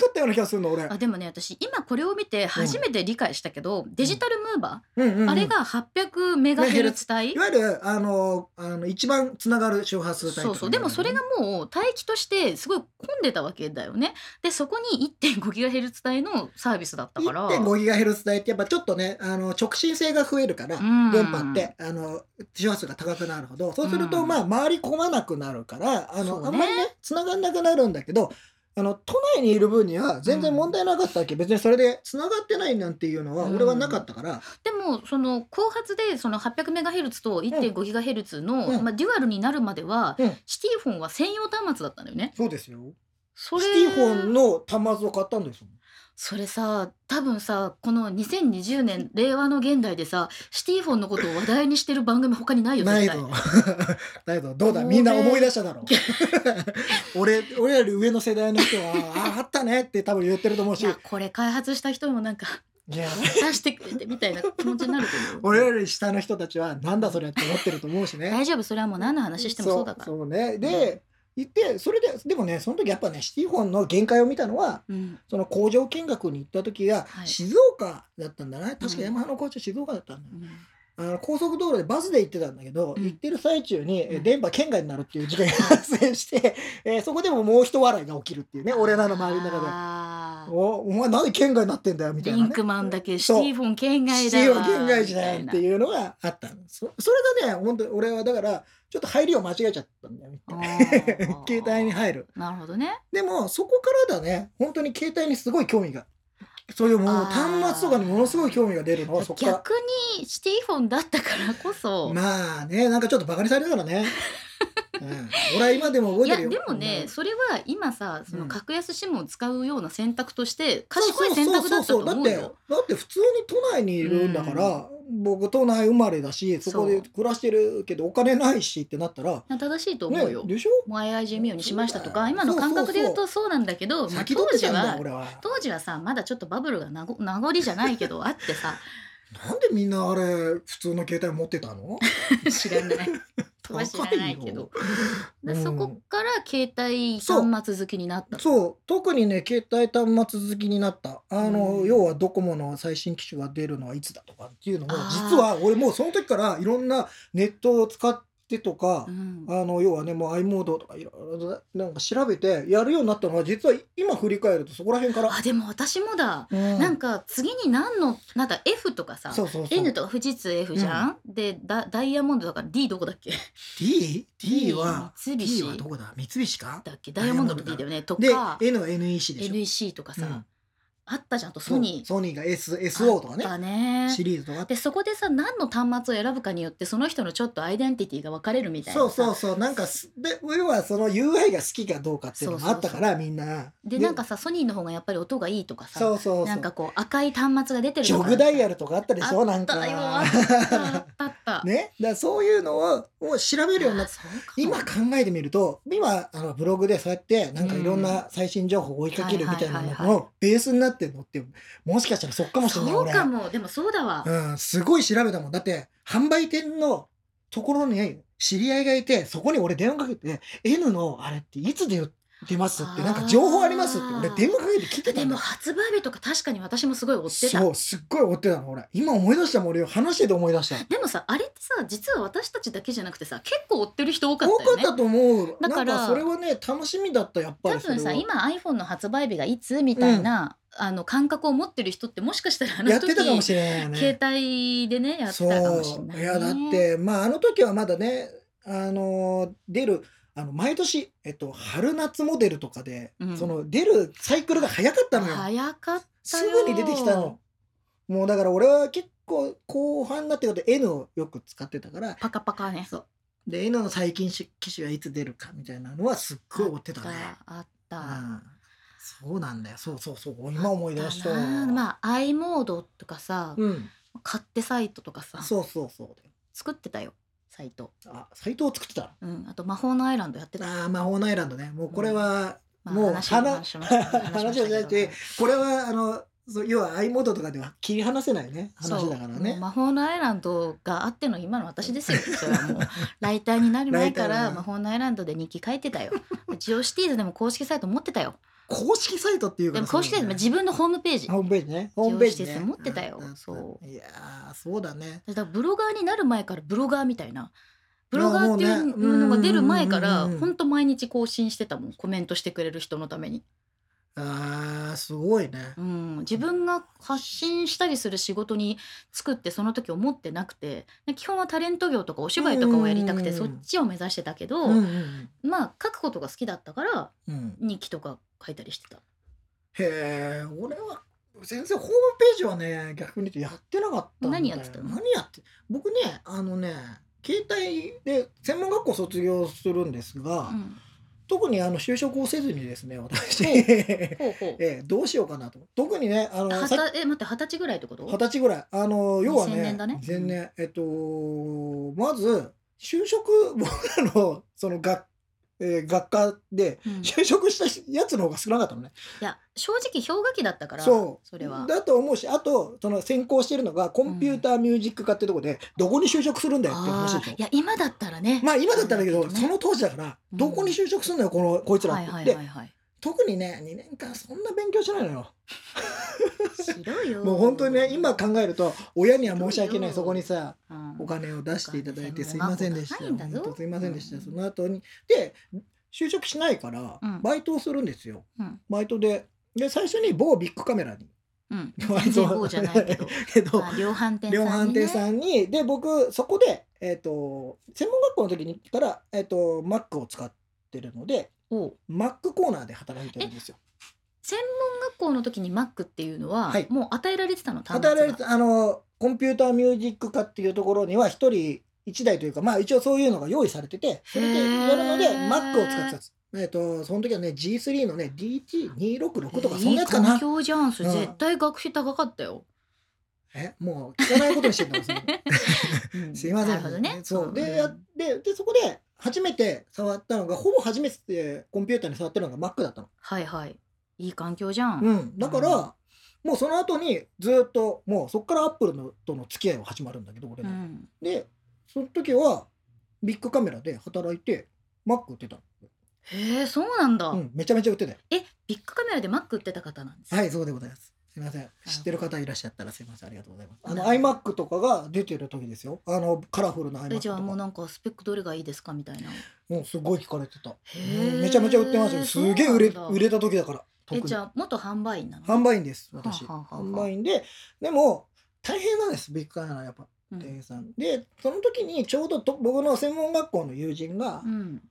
[SPEAKER 2] かったような気がするの俺、
[SPEAKER 1] あでもね私今これを見て初めて理解したけど、デジタルムーバ
[SPEAKER 2] うんうんう
[SPEAKER 1] ー、
[SPEAKER 2] ん
[SPEAKER 1] あれが800メガヘルツ帯
[SPEAKER 2] いわゆるあのあの一番つながる周波数帯とか
[SPEAKER 1] そうそうでもそれがもう帯域としてすごい混んでたわけだよねでそこに1.5ギガヘルツ帯のサービスだったから
[SPEAKER 2] 1.5ギガヘルツ帯ってやっぱちょっとねあの直進性が増えるから、
[SPEAKER 1] うん
[SPEAKER 2] 電波ってあの周波数が高くなるほどそうすると、
[SPEAKER 1] うん
[SPEAKER 2] まあ回り込まなくなるからあの、
[SPEAKER 1] そうね
[SPEAKER 2] あんまりね繋がんなくなるんだけどあの都内にいる分には全然問題なかったわけ、別にそれで繋がってないなんていうのは
[SPEAKER 1] うん
[SPEAKER 2] 俺はなかったから、
[SPEAKER 1] でもその後発でその800メガヘルツと1.5ギガヘルツの、
[SPEAKER 2] うん
[SPEAKER 1] まあ、デュアルになるまでは、
[SPEAKER 2] うん
[SPEAKER 1] シティフォンは専用端末だったんだよね。
[SPEAKER 2] そうですよ
[SPEAKER 1] それ
[SPEAKER 2] シティフォンの端末を買ったんですよ
[SPEAKER 1] それさ多分さこの2020年令和の現代でさシティフォンのことを話題にしてる番組他にないよ
[SPEAKER 2] な
[SPEAKER 1] 絶
[SPEAKER 2] い
[SPEAKER 1] 対
[SPEAKER 2] ぞないぞどうだ
[SPEAKER 1] もうね
[SPEAKER 2] みんな思い出しただろう 俺俺より上の世代の人はあああったねって多分言ってると思う
[SPEAKER 1] い
[SPEAKER 2] し
[SPEAKER 1] やこれ開発した人もなんか
[SPEAKER 2] いや
[SPEAKER 1] 出してくれてみたいな気持ちになると思
[SPEAKER 2] 俺
[SPEAKER 1] う
[SPEAKER 2] より下の人たちはなんだそれって思ってると思うし ね
[SPEAKER 1] 大丈夫それはもう何の話してもそうだから
[SPEAKER 2] そうそうねで行ってそれででもねその時やっぱねシティフォンの限界を見たのは
[SPEAKER 1] うん、
[SPEAKER 2] その工場見学に行った時は
[SPEAKER 1] はい
[SPEAKER 2] 静岡だったんだな、確かヤマハの工場静岡だったんだよ、
[SPEAKER 1] うん
[SPEAKER 2] あの高速道路でバスで行ってたんだけど、
[SPEAKER 1] うん
[SPEAKER 2] 行ってる最中にえ
[SPEAKER 1] うん
[SPEAKER 2] 電波圏外になるっていう事件が発生して、えーそこでももう一笑いが起きるっていうね俺らの周りの中で
[SPEAKER 1] あ
[SPEAKER 2] 「
[SPEAKER 1] ー
[SPEAKER 2] おお前なんで圏外になってんだよ」みたい
[SPEAKER 1] リ
[SPEAKER 2] な、ね。
[SPEAKER 1] ンクマンだけシティフォン圏外
[SPEAKER 2] シ
[SPEAKER 1] だ
[SPEAKER 2] ティ
[SPEAKER 1] わ
[SPEAKER 2] は県外時代っ
[SPEAKER 1] み
[SPEAKER 2] て
[SPEAKER 1] たいな
[SPEAKER 2] いうのがあったのそそれがね本当に俺はだからちょっと入りを間違えちゃったんだよみたいな
[SPEAKER 1] あー
[SPEAKER 2] 携帯に入る
[SPEAKER 1] なるほどね
[SPEAKER 2] でもそこからだね本当に携帯にすごい興味がそういうもの
[SPEAKER 1] あー
[SPEAKER 2] 端末とかにものすごい興味が出るのはそこから
[SPEAKER 1] 逆にシティフォンだったからこそ、
[SPEAKER 2] まあねなんかちょっとバカにされたか らね、うん、俺は今でも覚
[SPEAKER 1] い
[SPEAKER 2] えて
[SPEAKER 1] や
[SPEAKER 2] る
[SPEAKER 1] で
[SPEAKER 2] よ
[SPEAKER 1] もね、それは今さその
[SPEAKER 2] うん
[SPEAKER 1] 格安シムを使うような選択として
[SPEAKER 2] うん
[SPEAKER 1] 賢い選択だったと
[SPEAKER 2] そう
[SPEAKER 1] 思う
[SPEAKER 2] そうそうだって
[SPEAKER 1] よ。
[SPEAKER 2] だって普通に都内にいるんだから、僕都内生まれだしそこで暮らしてるけどお金ないしってなったら
[SPEAKER 1] 正しいと思う
[SPEAKER 2] ね
[SPEAKER 1] よ。
[SPEAKER 2] でしょ
[SPEAKER 1] もう IIG ミオにしましたと
[SPEAKER 2] そうだ
[SPEAKER 1] か
[SPEAKER 2] よ
[SPEAKER 1] 今の感覚で言うとそうなんだけどまあ、
[SPEAKER 2] 先取
[SPEAKER 1] 当
[SPEAKER 2] って
[SPEAKER 1] 時
[SPEAKER 2] たんだ
[SPEAKER 1] は
[SPEAKER 2] 俺は
[SPEAKER 1] 当時はさまだちょっとバブルがなご名残じゃないけ どあってさ
[SPEAKER 2] なんでみんなあれ普通の携帯持ってたの
[SPEAKER 1] 知らない。は知らないけど、
[SPEAKER 2] 高いよ
[SPEAKER 1] でそこから携帯
[SPEAKER 2] そう
[SPEAKER 1] 端末好きになったの
[SPEAKER 2] そう特にね携帯端末好きになったあの、
[SPEAKER 1] うん
[SPEAKER 2] 要はドコモの最新機種が出るのはいつだとかっていうのも
[SPEAKER 1] あー
[SPEAKER 2] 実は俺もうその時からいろんなネットを使ってとか
[SPEAKER 1] う、ん
[SPEAKER 2] あの要はねもう i モードとかいろいろなんか調べてやるようになったのは実は今振り返るとそこら辺から、
[SPEAKER 1] あでも私もだ、
[SPEAKER 2] うん
[SPEAKER 1] なんか次に何のなんだ F とかさ
[SPEAKER 2] そうそうそう
[SPEAKER 1] N とか富士通 F じゃん、でダダイヤモンドだから D どこだっけ
[SPEAKER 2] D? D は
[SPEAKER 1] D 三
[SPEAKER 2] D
[SPEAKER 1] 菱
[SPEAKER 2] はどこだ三菱か
[SPEAKER 1] だっけダイヤモンドと D だよねと
[SPEAKER 2] で
[SPEAKER 1] か
[SPEAKER 2] N は NEC でしょ
[SPEAKER 1] NEC とかさ、
[SPEAKER 2] うん
[SPEAKER 1] あったじゃんあと
[SPEAKER 2] そ
[SPEAKER 1] ソ
[SPEAKER 2] う
[SPEAKER 1] ニー
[SPEAKER 2] ソニーが S SO とかね
[SPEAKER 1] あったね
[SPEAKER 2] シリーズとかあって
[SPEAKER 1] でそこでさ何の端末を選ぶかによってその人のちょっとアイデンティティが分かれるみたいな
[SPEAKER 2] そ
[SPEAKER 1] さ
[SPEAKER 2] うそうそうなんかすで要はその UI が好きかどうかっていうのもあったからみんな
[SPEAKER 1] でなんかさソニーの方がやっぱり音がいいとかさ
[SPEAKER 2] そうそうそう
[SPEAKER 1] なんかこう赤い端末が出てる
[SPEAKER 2] ジ
[SPEAKER 1] と
[SPEAKER 2] ョ
[SPEAKER 1] か
[SPEAKER 2] グダイヤルとかあったでしょな
[SPEAKER 1] あ
[SPEAKER 2] ん
[SPEAKER 1] った
[SPEAKER 2] か
[SPEAKER 1] よあったあったあ った、
[SPEAKER 2] ねだからそういうのをを調べるようになって
[SPEAKER 1] あそうか
[SPEAKER 2] 今考えてみると今あのブログでそうやってなんかいろんな最新情報を追いかけるみたいな
[SPEAKER 1] はいはい
[SPEAKER 2] の
[SPEAKER 1] はいは
[SPEAKER 2] のベースになってるのってもしかしたらそっかもしれない
[SPEAKER 1] そう
[SPEAKER 2] 俺
[SPEAKER 1] かもでもそうだわ、
[SPEAKER 2] うん、すごい調べたもん。だって、販売店のところに知り合いがいて、そこに俺電話かけて、N のあれっていつでよ出ますってなんか情報ありますって俺電話かけて聞いてた
[SPEAKER 1] で
[SPEAKER 2] ん
[SPEAKER 1] も
[SPEAKER 2] だよ
[SPEAKER 1] 発売日とか確かに私もすごい追ってた
[SPEAKER 2] そうすっごい追ってたの俺今思い出したもん俺話してて思い出した
[SPEAKER 1] でもさあれってさ実は私たちだけじゃなくてさ結構追ってる人多かっ
[SPEAKER 2] 多
[SPEAKER 1] たよ
[SPEAKER 2] かっ
[SPEAKER 1] ね
[SPEAKER 2] たと思う
[SPEAKER 1] だ
[SPEAKER 2] な
[SPEAKER 1] から
[SPEAKER 2] んかそれはね楽しみだったやっぱ
[SPEAKER 1] 多
[SPEAKER 2] りそれ
[SPEAKER 1] 分
[SPEAKER 2] は
[SPEAKER 1] さ今 iPhone の発売日がいつみたいな、あの感覚を持ってる人ってもしかしたらあの時
[SPEAKER 2] やってたかもしれないよね
[SPEAKER 1] 携帯でねやってたかもしれない、
[SPEAKER 2] そう
[SPEAKER 1] ね、
[SPEAKER 2] いやだってまああの時はまだねあの出るあの毎年、えっと、春夏モデルとかで、
[SPEAKER 1] うん
[SPEAKER 2] その出るサイクルが早かったのよ
[SPEAKER 1] 早かったよ
[SPEAKER 2] すぐに出てきたのもうだから俺は結構後半になってくると N をよく使ってたから
[SPEAKER 1] パカパカね
[SPEAKER 2] そうで N の最近し機種がいつ出るかみたいなのはすっごい追ってたね
[SPEAKER 1] あっ
[SPEAKER 2] う
[SPEAKER 1] た
[SPEAKER 2] んそうなんだよそうそうそう今思い出した
[SPEAKER 1] だなまあ i モードとかさ、
[SPEAKER 2] うん
[SPEAKER 1] 買ってサイトとかさ
[SPEAKER 2] そうそうそう
[SPEAKER 1] 作ってたよサイト、
[SPEAKER 2] あサイトを作ってた
[SPEAKER 1] うん、あと魔法のアイランドやってた、
[SPEAKER 2] ああ魔法のアイランドねもうこれは、
[SPEAKER 1] まあ
[SPEAKER 2] もう
[SPEAKER 1] 話は話しましたけど
[SPEAKER 2] 話じゃなくてこれはあのそう要は相モードとかでは切り離せないね話だか
[SPEAKER 1] そ
[SPEAKER 2] ら
[SPEAKER 1] うもう
[SPEAKER 2] ね
[SPEAKER 1] 魔法のアイランドがあっての今の私です よそれはもうライターになる前か
[SPEAKER 2] ライタ
[SPEAKER 1] ら
[SPEAKER 2] ーだな
[SPEAKER 1] 魔法のアイランドで日記書いてたよジオシティーズでも公式サイト持ってたよ
[SPEAKER 2] 公式サイトっていう
[SPEAKER 1] で
[SPEAKER 2] から
[SPEAKER 1] も公式サイトも自分のホームページ
[SPEAKER 2] ホームページねホームページ、
[SPEAKER 1] 自
[SPEAKER 2] ね
[SPEAKER 1] 由、施設持ってたよ
[SPEAKER 2] んんん
[SPEAKER 1] そう
[SPEAKER 2] いやーそうだね
[SPEAKER 1] だからブロガーになる前からブロガーみたいなブロガーっていうのが出る前から
[SPEAKER 2] うんうんうんうん
[SPEAKER 1] 本当毎日更新してたもんコメントしてくれる人のために、
[SPEAKER 2] あーすごいね
[SPEAKER 1] うん、自分が発信したりする仕事に作ってその時思ってなくてで基本はタレント業とかお芝居とかをやりたくて
[SPEAKER 2] うんうん
[SPEAKER 1] そ
[SPEAKER 2] うん
[SPEAKER 1] っちを目指してたけど、
[SPEAKER 2] うんうん
[SPEAKER 1] まあ書くことが好きだったから
[SPEAKER 2] うんうん
[SPEAKER 1] 日記とか書いたりしてた
[SPEAKER 2] へえ俺は全然ホームページはね逆に言うとやってなかったんだよ
[SPEAKER 1] 何やってたの
[SPEAKER 2] 何やって僕ねあのね携帯で専門学校卒業するんですが、
[SPEAKER 1] うん
[SPEAKER 2] 特にあの就職をせずにですね私
[SPEAKER 1] ほう
[SPEAKER 2] え
[SPEAKER 1] ほうほう
[SPEAKER 2] えどうしようかなと特にねあの
[SPEAKER 1] は
[SPEAKER 2] さった
[SPEAKER 1] え待って二十歳ぐらいってこと
[SPEAKER 2] き二十歳ぐらいあの要は
[SPEAKER 1] 2000
[SPEAKER 2] ね
[SPEAKER 1] 年だね
[SPEAKER 2] 前年えっとまず就職 僕らのその学,、えー学科で
[SPEAKER 1] うんい
[SPEAKER 2] 就職したやつの方が少なかったのね。
[SPEAKER 1] や正直氷河期だったから
[SPEAKER 2] そう
[SPEAKER 1] れは
[SPEAKER 2] だと思うしあとその専攻してるのがコンピューターミュージック科ってとこで、どこに就職するんだよっていう話
[SPEAKER 1] あ
[SPEAKER 2] でし
[SPEAKER 1] ー
[SPEAKER 2] ょ
[SPEAKER 1] い。や今だったらね
[SPEAKER 2] まあ今だったらだけど、
[SPEAKER 1] ね
[SPEAKER 2] その当時だから、
[SPEAKER 1] うん
[SPEAKER 2] どこに就職するのよこのこいつらっ
[SPEAKER 1] は
[SPEAKER 2] て、
[SPEAKER 1] いはい
[SPEAKER 2] で
[SPEAKER 1] はいはい
[SPEAKER 2] 特にね2年間そんな勉強しないのよ
[SPEAKER 1] 白いよ
[SPEAKER 2] もう本当にね今考えると親には申し訳
[SPEAKER 1] そう
[SPEAKER 2] ない
[SPEAKER 1] よ
[SPEAKER 2] そこにさ
[SPEAKER 1] うん
[SPEAKER 2] お金を出していただいてすいませんでした
[SPEAKER 1] お金も高いんだぞ
[SPEAKER 2] 本当すいませんでした、
[SPEAKER 1] うん
[SPEAKER 2] その後にで就職しないから
[SPEAKER 1] うん
[SPEAKER 2] バイトをするんですよ、
[SPEAKER 1] うん
[SPEAKER 2] バイトでで最初に某ビッグカメラに
[SPEAKER 1] うん
[SPEAKER 2] バイ
[SPEAKER 1] 全然
[SPEAKER 2] ト
[SPEAKER 1] こうじゃない けど
[SPEAKER 2] けど、
[SPEAKER 1] まあ量販店さんにね
[SPEAKER 2] 量販店さんにで僕そこで、えっと専門学校の時にから、えっと Mac を使ってるので
[SPEAKER 1] おう
[SPEAKER 2] Mac コーナーで働いてるんですよ。
[SPEAKER 1] 専門学校の時にマックっていうのは
[SPEAKER 2] はい
[SPEAKER 1] もう与えられてたの端末が
[SPEAKER 2] 働いてあのコンピューターミュージック科っていうところには一人一台というかまあ一応そういうのが用意されててそれでやるので
[SPEAKER 1] へー
[SPEAKER 2] Mac を使ってたんです。えっとその時はね G3 のね DT266 とか
[SPEAKER 1] えー
[SPEAKER 2] そんなやつかない
[SPEAKER 1] い環。境じゃんそれ
[SPEAKER 2] うん
[SPEAKER 1] 絶対学費高かったよ
[SPEAKER 2] えもう聞かないことにし てたんですよ。 すいません。
[SPEAKER 1] なるほどね
[SPEAKER 2] そう
[SPEAKER 1] うん
[SPEAKER 2] でやででそこで初めて触ったのがほぼ初めてコンピューターに触ったのが Mac だったの。
[SPEAKER 1] はいはいいい環境じゃん、
[SPEAKER 2] うん。だから、
[SPEAKER 1] う
[SPEAKER 2] もうその後にずっともうそこから Apple のとの付き合いが始まるんだけど俺
[SPEAKER 1] う
[SPEAKER 2] の。
[SPEAKER 1] ん
[SPEAKER 2] でその時はビッグカメラで働いて Mac 売ってたの。
[SPEAKER 1] へえそうなんだ、
[SPEAKER 2] うん。めちゃめちゃ売ってたよ。
[SPEAKER 1] えビッグカメラでマック売ってた方なんです
[SPEAKER 2] はいいそうでございます。すいません知ってる方いらっしゃったらすいませんありがとうございます。あの
[SPEAKER 1] なる
[SPEAKER 2] iMac とかが出てる時ですよ。あのカラフルな iMac とか。
[SPEAKER 1] じゃあもうなんかスペックどれがいいですかみたいな
[SPEAKER 2] うん、すごい聞かれてた。
[SPEAKER 1] ー
[SPEAKER 2] うんめちゃめちゃ売ってましたよ。すげえ売れ
[SPEAKER 1] そうなんだ
[SPEAKER 2] 売れた時だから。
[SPEAKER 1] え
[SPEAKER 2] 特に
[SPEAKER 1] じゃあ元販売員なの
[SPEAKER 2] 販売員です、私。
[SPEAKER 1] はあはあはあ
[SPEAKER 2] 販売員で、でも大変なんです、ビッグカメラやっぱ
[SPEAKER 1] うん
[SPEAKER 2] 店員さん。で、その時にちょうどと僕の専門学校の友人が
[SPEAKER 1] う、ん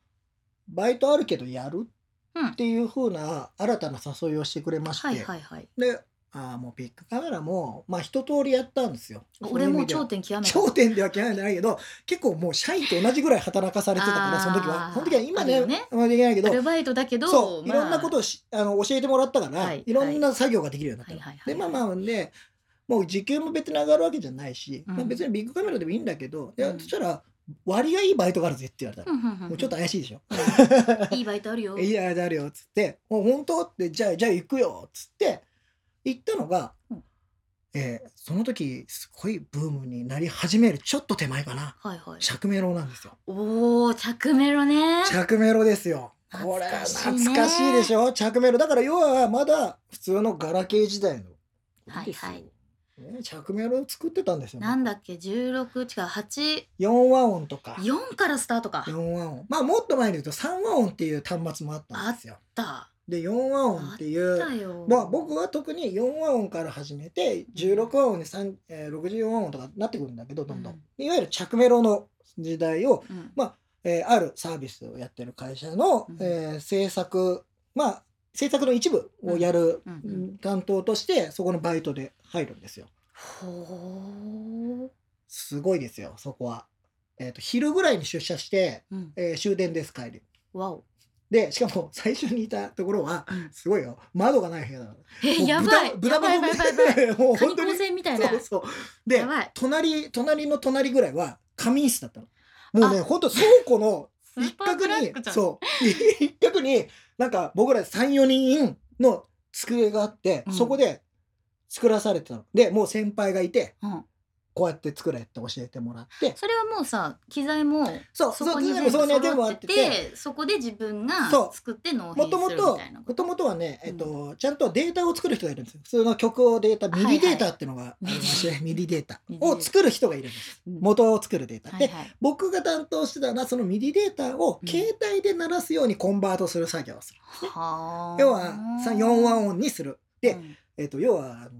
[SPEAKER 2] バイトあるけどやる
[SPEAKER 1] うん
[SPEAKER 2] っていう風な新たな誘いをしてくれまして、
[SPEAKER 1] はいはいはい
[SPEAKER 2] で、ああ、もうビッグカメラも、まあ一通りやったんですよ。
[SPEAKER 1] 俺もう
[SPEAKER 2] そうい
[SPEAKER 1] 頂
[SPEAKER 2] う意味では
[SPEAKER 1] 点極めた
[SPEAKER 2] 頂点では嫌いじゃないけど結構もう社員と同じぐらい働かされてたか
[SPEAKER 1] あー
[SPEAKER 2] らその時はその時は今
[SPEAKER 1] ある
[SPEAKER 2] ね
[SPEAKER 1] よね
[SPEAKER 2] あんまりできないけど
[SPEAKER 1] アルバイトだけど
[SPEAKER 2] そう、
[SPEAKER 1] ま
[SPEAKER 2] い
[SPEAKER 1] あ
[SPEAKER 2] ろんなことをしあの教えてもらったから、
[SPEAKER 1] はい
[SPEAKER 2] い、ろんな作業ができるようになったの、
[SPEAKER 1] はいはいはい
[SPEAKER 2] でまあまあねもう時給も別に上がるわけじゃないし、
[SPEAKER 1] うん
[SPEAKER 2] まあ、別にビッグカメラでもいいんだけど、いや
[SPEAKER 1] うん
[SPEAKER 2] そしたら割がいいバイトがあるぜって言われた
[SPEAKER 1] う
[SPEAKER 2] の、
[SPEAKER 1] んうんうん
[SPEAKER 2] もうちょっと怪しいでしょ
[SPEAKER 1] いいバイトあるよ
[SPEAKER 2] いいあれあるよっつって「もう本当?」って「じゃあじゃあ行くよ」っつって行ったのが、
[SPEAKER 1] うん
[SPEAKER 2] えーその時すごいブームになり始めるちょっと手前かな
[SPEAKER 1] はいはい
[SPEAKER 2] 着メロなんですよ
[SPEAKER 1] おお着メロね
[SPEAKER 2] 着メロですよこれ
[SPEAKER 1] ね
[SPEAKER 2] 懐かしいでしょ着メロだから要はまだ普通のガラケー時代の
[SPEAKER 1] はい
[SPEAKER 2] ですよ
[SPEAKER 1] はい
[SPEAKER 2] ね、着メロ作ってたんですよ
[SPEAKER 1] なんだっけ16違う8
[SPEAKER 2] 4和音とか
[SPEAKER 1] 4からスタートか
[SPEAKER 2] 4和音まあもっと前に言うと3和音っていう端末もあったんですよ
[SPEAKER 1] だ
[SPEAKER 2] で4和音っていう
[SPEAKER 1] だよ
[SPEAKER 2] まあ、僕は特に4和音から始めて16和音に3、えー、64和音とかなってくるんだけどどんどん、いわゆる着メロの時代を、
[SPEAKER 1] うん
[SPEAKER 2] えーあるサービスをやってる会社の、
[SPEAKER 1] うん
[SPEAKER 2] えー制作まあ制作の一部をやる
[SPEAKER 1] うん
[SPEAKER 2] う
[SPEAKER 1] うん
[SPEAKER 2] ん担当としてそこのバイトで入るんですよ。
[SPEAKER 1] ほ
[SPEAKER 2] すごいですよそこは。えー、と昼ぐらいに出社して、
[SPEAKER 1] ううん
[SPEAKER 2] えー終電です帰り。
[SPEAKER 1] わお
[SPEAKER 2] でしかも最初にいたところは
[SPEAKER 1] うん
[SPEAKER 2] すごいよ窓がない部屋なの。
[SPEAKER 1] え
[SPEAKER 2] もう
[SPEAKER 1] やばい
[SPEAKER 2] 豚
[SPEAKER 1] やばいやばいやばいやばい
[SPEAKER 2] 豚箱 もう
[SPEAKER 1] カ
[SPEAKER 2] 本
[SPEAKER 1] ニ
[SPEAKER 2] 当に
[SPEAKER 1] 光線みたいな
[SPEAKER 2] そうそうで
[SPEAKER 1] やばい
[SPEAKER 2] 隣隣の隣ぐらいは仮眠室だったのもうねほんと倉庫の
[SPEAKER 1] ス
[SPEAKER 2] 一
[SPEAKER 1] ーパー
[SPEAKER 2] 角
[SPEAKER 1] ブラ
[SPEAKER 2] に
[SPEAKER 1] ックじゃん
[SPEAKER 2] そう 一角になんか僕ら34人の机があって、
[SPEAKER 1] うん
[SPEAKER 2] そこで作らされてたのでもう先輩がいて
[SPEAKER 1] うん
[SPEAKER 2] こうやって作れって教えてもらって
[SPEAKER 1] それはもうさ機材も
[SPEAKER 2] そう
[SPEAKER 1] そ
[SPEAKER 2] そう
[SPEAKER 1] こに
[SPEAKER 2] 全
[SPEAKER 1] 全
[SPEAKER 2] 部
[SPEAKER 1] 部
[SPEAKER 2] そこには全部
[SPEAKER 1] 揃
[SPEAKER 2] あ
[SPEAKER 1] っ
[SPEAKER 2] って
[SPEAKER 1] て
[SPEAKER 2] て
[SPEAKER 1] てそこで自分が
[SPEAKER 2] そう
[SPEAKER 1] 作って納
[SPEAKER 2] もと
[SPEAKER 1] 品
[SPEAKER 2] も
[SPEAKER 1] するみ
[SPEAKER 2] と
[SPEAKER 1] たいなこ
[SPEAKER 2] も
[SPEAKER 1] と
[SPEAKER 2] ともとはね、えっとちゃんとデータを作る人がいるんですよ普通の曲をデータミディデータっていうのがありまして、 ミディデータを作る人がいるんです
[SPEAKER 1] うん
[SPEAKER 2] 元を作るデータ、
[SPEAKER 1] は
[SPEAKER 2] で
[SPEAKER 1] いはい
[SPEAKER 2] 僕が担当してたのはそのミディデータを携帯で鳴らすようにコンバートする作業をする、
[SPEAKER 1] はあ
[SPEAKER 2] 要は3 4和音にする、で
[SPEAKER 1] うん
[SPEAKER 2] えっと要はあの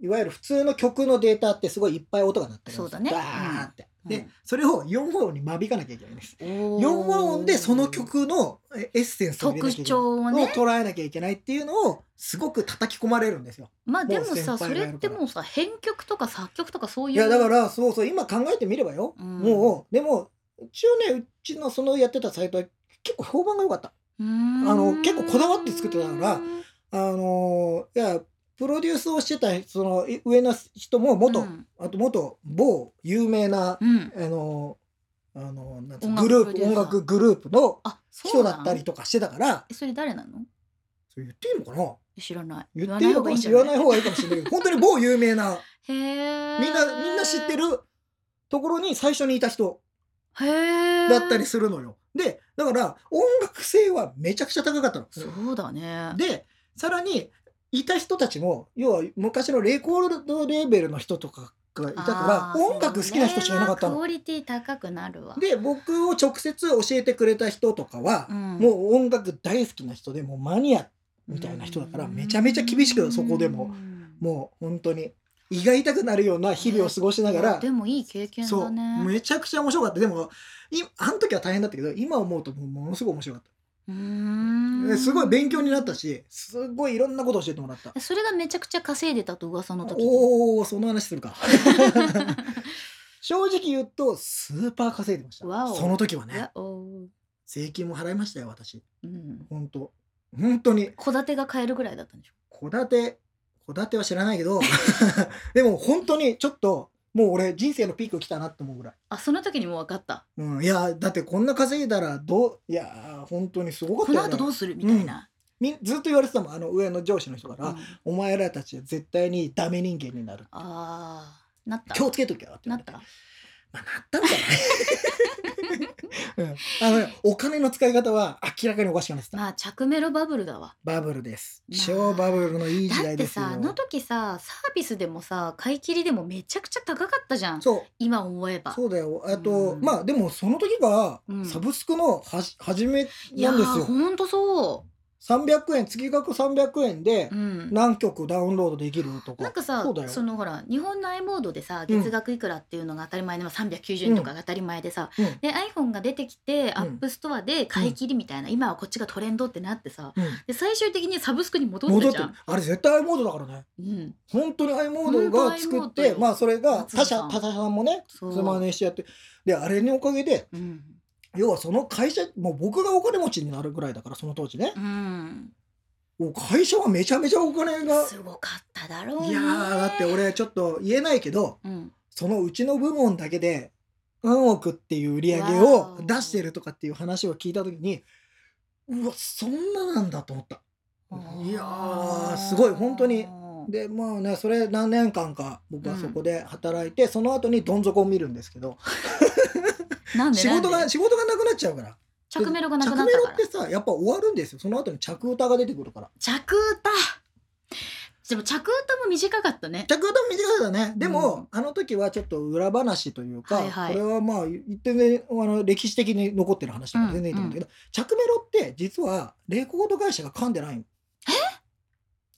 [SPEAKER 2] ーいわゆる普通の曲のデータってすごいいっぱい音が鳴ってるんですよ
[SPEAKER 1] そうだね
[SPEAKER 2] ダーって、
[SPEAKER 1] うんう
[SPEAKER 2] で
[SPEAKER 1] ん
[SPEAKER 2] それを4和音に間引かなきゃいけないんです
[SPEAKER 1] おー
[SPEAKER 2] 4和音でその曲のえエッセンスを入れな
[SPEAKER 1] 特
[SPEAKER 2] きゃいけない
[SPEAKER 1] 徴を
[SPEAKER 2] を
[SPEAKER 1] ね
[SPEAKER 2] 捉えなきゃいけないっていうのをすごく叩き込まれるんですよ。
[SPEAKER 1] まあでも
[SPEAKER 2] もう先輩
[SPEAKER 1] さ
[SPEAKER 2] が
[SPEAKER 1] そ
[SPEAKER 2] や
[SPEAKER 1] れ
[SPEAKER 2] るから
[SPEAKER 1] ってもうさ編曲とか作曲とかそういう
[SPEAKER 2] い
[SPEAKER 1] い
[SPEAKER 2] やだからそうそう今考えてみればよ、
[SPEAKER 1] うん
[SPEAKER 2] もうでも一応ねうちのそのやってたサイトは結構評判が良かった。
[SPEAKER 1] あ
[SPEAKER 2] あの結構こだわって作ってたからあのーいやプロデュースをしてたそのい上の人も
[SPEAKER 1] う
[SPEAKER 2] 元、
[SPEAKER 1] ん
[SPEAKER 2] あと元某有名な、
[SPEAKER 1] うん
[SPEAKER 2] あのーあのーなんつう
[SPEAKER 1] 音
[SPEAKER 2] の
[SPEAKER 1] 楽
[SPEAKER 2] グルー
[SPEAKER 1] プロデ
[SPEAKER 2] プ
[SPEAKER 1] ューサー
[SPEAKER 2] 音楽グループの
[SPEAKER 1] あそ
[SPEAKER 2] 人
[SPEAKER 1] うな
[SPEAKER 2] だ
[SPEAKER 1] の
[SPEAKER 2] ったりとかしてたから
[SPEAKER 1] えそれ誰なの
[SPEAKER 2] それ言っていいのかな
[SPEAKER 1] 知らない
[SPEAKER 2] 言っていいのかな言わ
[SPEAKER 1] わな
[SPEAKER 2] ないい
[SPEAKER 1] 方がいいんじゃない
[SPEAKER 2] 方がいいかもしれないけど本当に某有名な。
[SPEAKER 1] へえ
[SPEAKER 2] みんな、みんな知ってるところに最初にいた人
[SPEAKER 1] へえ
[SPEAKER 2] だったりするのよ。で、だから音楽性はめちゃくちゃ高かったの。
[SPEAKER 1] そうだね
[SPEAKER 2] で、さらに、いた人たちも、要は昔のレコードレーベルの人とかがいたか
[SPEAKER 1] あ
[SPEAKER 2] ら、
[SPEAKER 1] ー
[SPEAKER 2] 音楽好きな人しかいなかった
[SPEAKER 1] それはク
[SPEAKER 2] の。
[SPEAKER 1] オリティ高くなるわ
[SPEAKER 2] で、僕を直接教えてくれた人とかは、
[SPEAKER 1] うん
[SPEAKER 2] もう音楽大好きな人でもうマニアみたいな人だから、めちゃめちゃ厳しくそこでも、もう本当に胃が痛くなるような日々を過ごしなが
[SPEAKER 1] い
[SPEAKER 2] ら
[SPEAKER 1] や、でもいい経験
[SPEAKER 2] そ
[SPEAKER 1] だ
[SPEAKER 2] う
[SPEAKER 1] ね
[SPEAKER 2] めちゃくちゃ面白かったでもいあの時は大変だったけど今思うともうものすごい面白かっ
[SPEAKER 1] う
[SPEAKER 2] た
[SPEAKER 1] ー
[SPEAKER 2] で
[SPEAKER 1] ん
[SPEAKER 2] すごい勉強になったしすごいいろんなこと教えてもらった
[SPEAKER 1] それがめちゃくちゃ稼いでたと噂の時
[SPEAKER 2] おおその話するか正直言うとスーパー稼いでました
[SPEAKER 1] わお
[SPEAKER 2] その時はね
[SPEAKER 1] やおう
[SPEAKER 2] 税金も払いましたよ私
[SPEAKER 1] うん
[SPEAKER 2] 本当本当に
[SPEAKER 1] 戸建てが買えるぐらいだったんでしょ
[SPEAKER 2] 戸建て戸建ては知らない けどでも本当にちょっともう俺人生のピーク来たなって思うぐらい
[SPEAKER 1] あその時にもう分かった
[SPEAKER 2] うん、いやだってこんな稼いだらどういや本当にすごか
[SPEAKER 1] こ
[SPEAKER 2] っ
[SPEAKER 1] の
[SPEAKER 2] たよ、ね、
[SPEAKER 1] 後どうするみたいな、
[SPEAKER 2] みずっと言われてたもんあの上の上司の人から、
[SPEAKER 1] うん
[SPEAKER 2] お前らたちは絶対にダメ人間になる
[SPEAKER 1] あーなった
[SPEAKER 2] 気をつけとけよって言
[SPEAKER 1] な
[SPEAKER 2] わ
[SPEAKER 1] っ
[SPEAKER 2] れて
[SPEAKER 1] た
[SPEAKER 2] まあ、なったんじゃない、 うん、あのねお金の使い方は明らかにおかしくなってた、
[SPEAKER 1] まあ着メロバブルだわ
[SPEAKER 2] バブルです
[SPEAKER 1] まあ
[SPEAKER 2] 超バブルのいい時
[SPEAKER 1] だっ
[SPEAKER 2] 代
[SPEAKER 1] て
[SPEAKER 2] ですよ
[SPEAKER 1] さあの時さサービスでもさ買い切りでもめちゃくちゃ高かったじゃん
[SPEAKER 2] そう
[SPEAKER 1] 今思えば
[SPEAKER 2] そうだよあと、
[SPEAKER 1] うん
[SPEAKER 2] まあでもその時が
[SPEAKER 1] うん
[SPEAKER 2] サブスクのはじ初め
[SPEAKER 1] いや
[SPEAKER 2] なんです
[SPEAKER 1] ー
[SPEAKER 2] よ、
[SPEAKER 1] ほんとそ
[SPEAKER 2] 300円月額300円で
[SPEAKER 1] う、うん、
[SPEAKER 2] 何曲ダウンロードできるとか
[SPEAKER 1] なんかさ
[SPEAKER 2] そう
[SPEAKER 1] そ
[SPEAKER 2] だよ
[SPEAKER 1] のほら日本の i モードでさ
[SPEAKER 2] うん
[SPEAKER 1] 月額いくらっていうのが当たり前で、まあ390円とかが当たり前でさ、
[SPEAKER 2] うん
[SPEAKER 1] で iPhone が出てきて、アップストアで買い切りみたいな今はこっちがトレンドってなってさ
[SPEAKER 2] うん
[SPEAKER 1] で最終的にサブスクに戻っ
[SPEAKER 2] 戻
[SPEAKER 1] た
[SPEAKER 2] っ
[SPEAKER 1] じ
[SPEAKER 2] て
[SPEAKER 1] ゃ
[SPEAKER 2] る
[SPEAKER 1] ん。
[SPEAKER 2] あれ絶対 i モードだからね
[SPEAKER 1] うん、
[SPEAKER 2] 本当に i モードが作
[SPEAKER 1] 本
[SPEAKER 2] っ
[SPEAKER 1] 当 i モード
[SPEAKER 2] て
[SPEAKER 1] よ
[SPEAKER 2] まあそれが他
[SPEAKER 1] 松
[SPEAKER 2] 社
[SPEAKER 1] 本さ
[SPEAKER 2] 他
[SPEAKER 1] ん
[SPEAKER 2] 社さんもね
[SPEAKER 1] そう
[SPEAKER 2] それ真似してやってであれのおかげで
[SPEAKER 1] うん
[SPEAKER 2] 要はその会社もう僕がお金持ちになるぐらいだからその当時ね
[SPEAKER 1] う、ん、
[SPEAKER 2] もう会社はめちゃめちゃお金が
[SPEAKER 1] すごかっただろうね。
[SPEAKER 2] いやーだって俺ちょっと言えないけど
[SPEAKER 1] うん、
[SPEAKER 2] そのうちの部門だけで何億っていう売り上げ
[SPEAKER 1] わ
[SPEAKER 2] を
[SPEAKER 1] お
[SPEAKER 2] 出してるとかっていう話を聞いた時にうわそんななんだと思った。いやーすごい本当にでまあねそれ何年間か僕はそこで働いて、その後にどん底を見るんですけど
[SPEAKER 1] なんで
[SPEAKER 2] 仕事
[SPEAKER 1] なん
[SPEAKER 2] が
[SPEAKER 1] で
[SPEAKER 2] 仕事がなくなっちゃうから
[SPEAKER 1] 着メロがな
[SPEAKER 2] 着
[SPEAKER 1] く
[SPEAKER 2] メ
[SPEAKER 1] なっ
[SPEAKER 2] ロ
[SPEAKER 1] たか
[SPEAKER 2] っ
[SPEAKER 1] ら
[SPEAKER 2] てさやっぱ終わるんですよその後に着歌が出てくるから
[SPEAKER 1] 着歌でも着歌も短かったね
[SPEAKER 2] 着歌も短かったねでも、
[SPEAKER 1] うん
[SPEAKER 2] あの時はちょっと裏話というか、
[SPEAKER 1] はいはい
[SPEAKER 2] これはまあ全然あの歴史的に残ってる話だから全然いいと思うんだけど、着メロって実はレコード会社が噛んでないの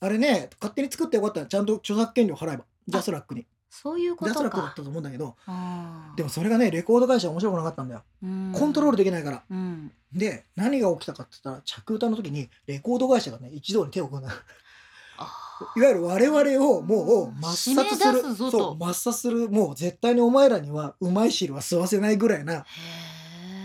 [SPEAKER 2] あれね勝手に作ってよかったらちゃんと著作権料払えばジャスラックに
[SPEAKER 1] そういうこ
[SPEAKER 2] ジャスラ
[SPEAKER 1] と
[SPEAKER 2] ックだっ
[SPEAKER 1] か
[SPEAKER 2] たと思うんだけど
[SPEAKER 1] あー
[SPEAKER 2] でもそれがねレコード会社は面白くなかったんだよ、
[SPEAKER 1] うん
[SPEAKER 2] コントロールできないから
[SPEAKER 1] うん
[SPEAKER 2] で何が起きたかって言ったら着歌の時にレコード会社がね一堂に手を 組んだ
[SPEAKER 1] あ
[SPEAKER 2] いわゆる我々をもう抹殺す
[SPEAKER 1] 締め
[SPEAKER 2] る
[SPEAKER 1] 出すぞと
[SPEAKER 2] そう抹殺するもう絶対にお前らにはうまい汁は吸わせないぐらいな、
[SPEAKER 1] ーへー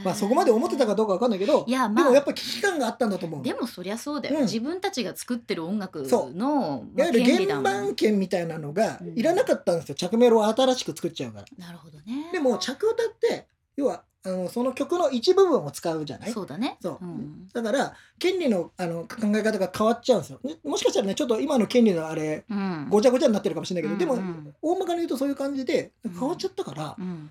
[SPEAKER 2] まあ、そこまで思ってたかどうかわかんないけど
[SPEAKER 1] いや
[SPEAKER 2] で
[SPEAKER 1] ま
[SPEAKER 2] もやっ
[SPEAKER 1] あ
[SPEAKER 2] ぱ危機感があったんだと思う
[SPEAKER 1] で
[SPEAKER 2] の
[SPEAKER 1] もそりゃそうだよ、
[SPEAKER 2] うん
[SPEAKER 1] 自分たちが作ってる音楽
[SPEAKER 2] そ
[SPEAKER 1] の
[SPEAKER 2] い
[SPEAKER 1] ま
[SPEAKER 2] わ
[SPEAKER 1] あ
[SPEAKER 2] ゆる
[SPEAKER 1] 権利だ
[SPEAKER 2] 原
[SPEAKER 1] もん
[SPEAKER 2] 版権みたいなのが
[SPEAKER 1] うん
[SPEAKER 2] いらなかったんですよ、着メロを新しく作っちゃうから。
[SPEAKER 1] なるほどね
[SPEAKER 2] でも着歌って要はあのその曲の一部分を使うじゃない
[SPEAKER 1] そうだね
[SPEAKER 2] そう
[SPEAKER 1] うん
[SPEAKER 2] だから権利のあの考え方が変わっちゃうんですよ。ねもしかしたらねちょっと今の権利のあれ
[SPEAKER 1] うん
[SPEAKER 2] ごちゃごちゃになってるかもしれないけど、
[SPEAKER 1] うんう
[SPEAKER 2] でも
[SPEAKER 1] ん
[SPEAKER 2] 大まかに言うとそういう感じで
[SPEAKER 1] うん
[SPEAKER 2] 変わっちゃったから、
[SPEAKER 1] うん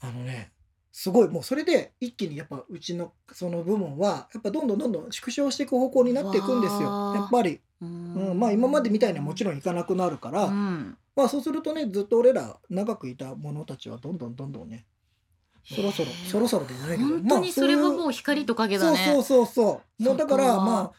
[SPEAKER 2] あのねすごいもうそれで一気にやっぱうちのその部門はやっぱどんどんどんどん縮小していく方向になっていくんです
[SPEAKER 1] わ
[SPEAKER 2] よ
[SPEAKER 1] ー
[SPEAKER 2] やっぱり、
[SPEAKER 1] う
[SPEAKER 2] うん
[SPEAKER 1] ん
[SPEAKER 2] まあ今までみたいにはもち
[SPEAKER 1] ろん
[SPEAKER 2] ろんいかなくなるから、
[SPEAKER 1] うん
[SPEAKER 2] まあそうするとねずっと俺ら長くいた者たちはどんどんどんどんねそろそろ
[SPEAKER 1] へー
[SPEAKER 2] そろそろでじゃないけど
[SPEAKER 1] 本当にそれはも
[SPEAKER 2] う
[SPEAKER 1] う光と影だね。
[SPEAKER 2] そうそうそうそうもうだか
[SPEAKER 1] そ
[SPEAKER 2] ら
[SPEAKER 1] こは
[SPEAKER 2] まあ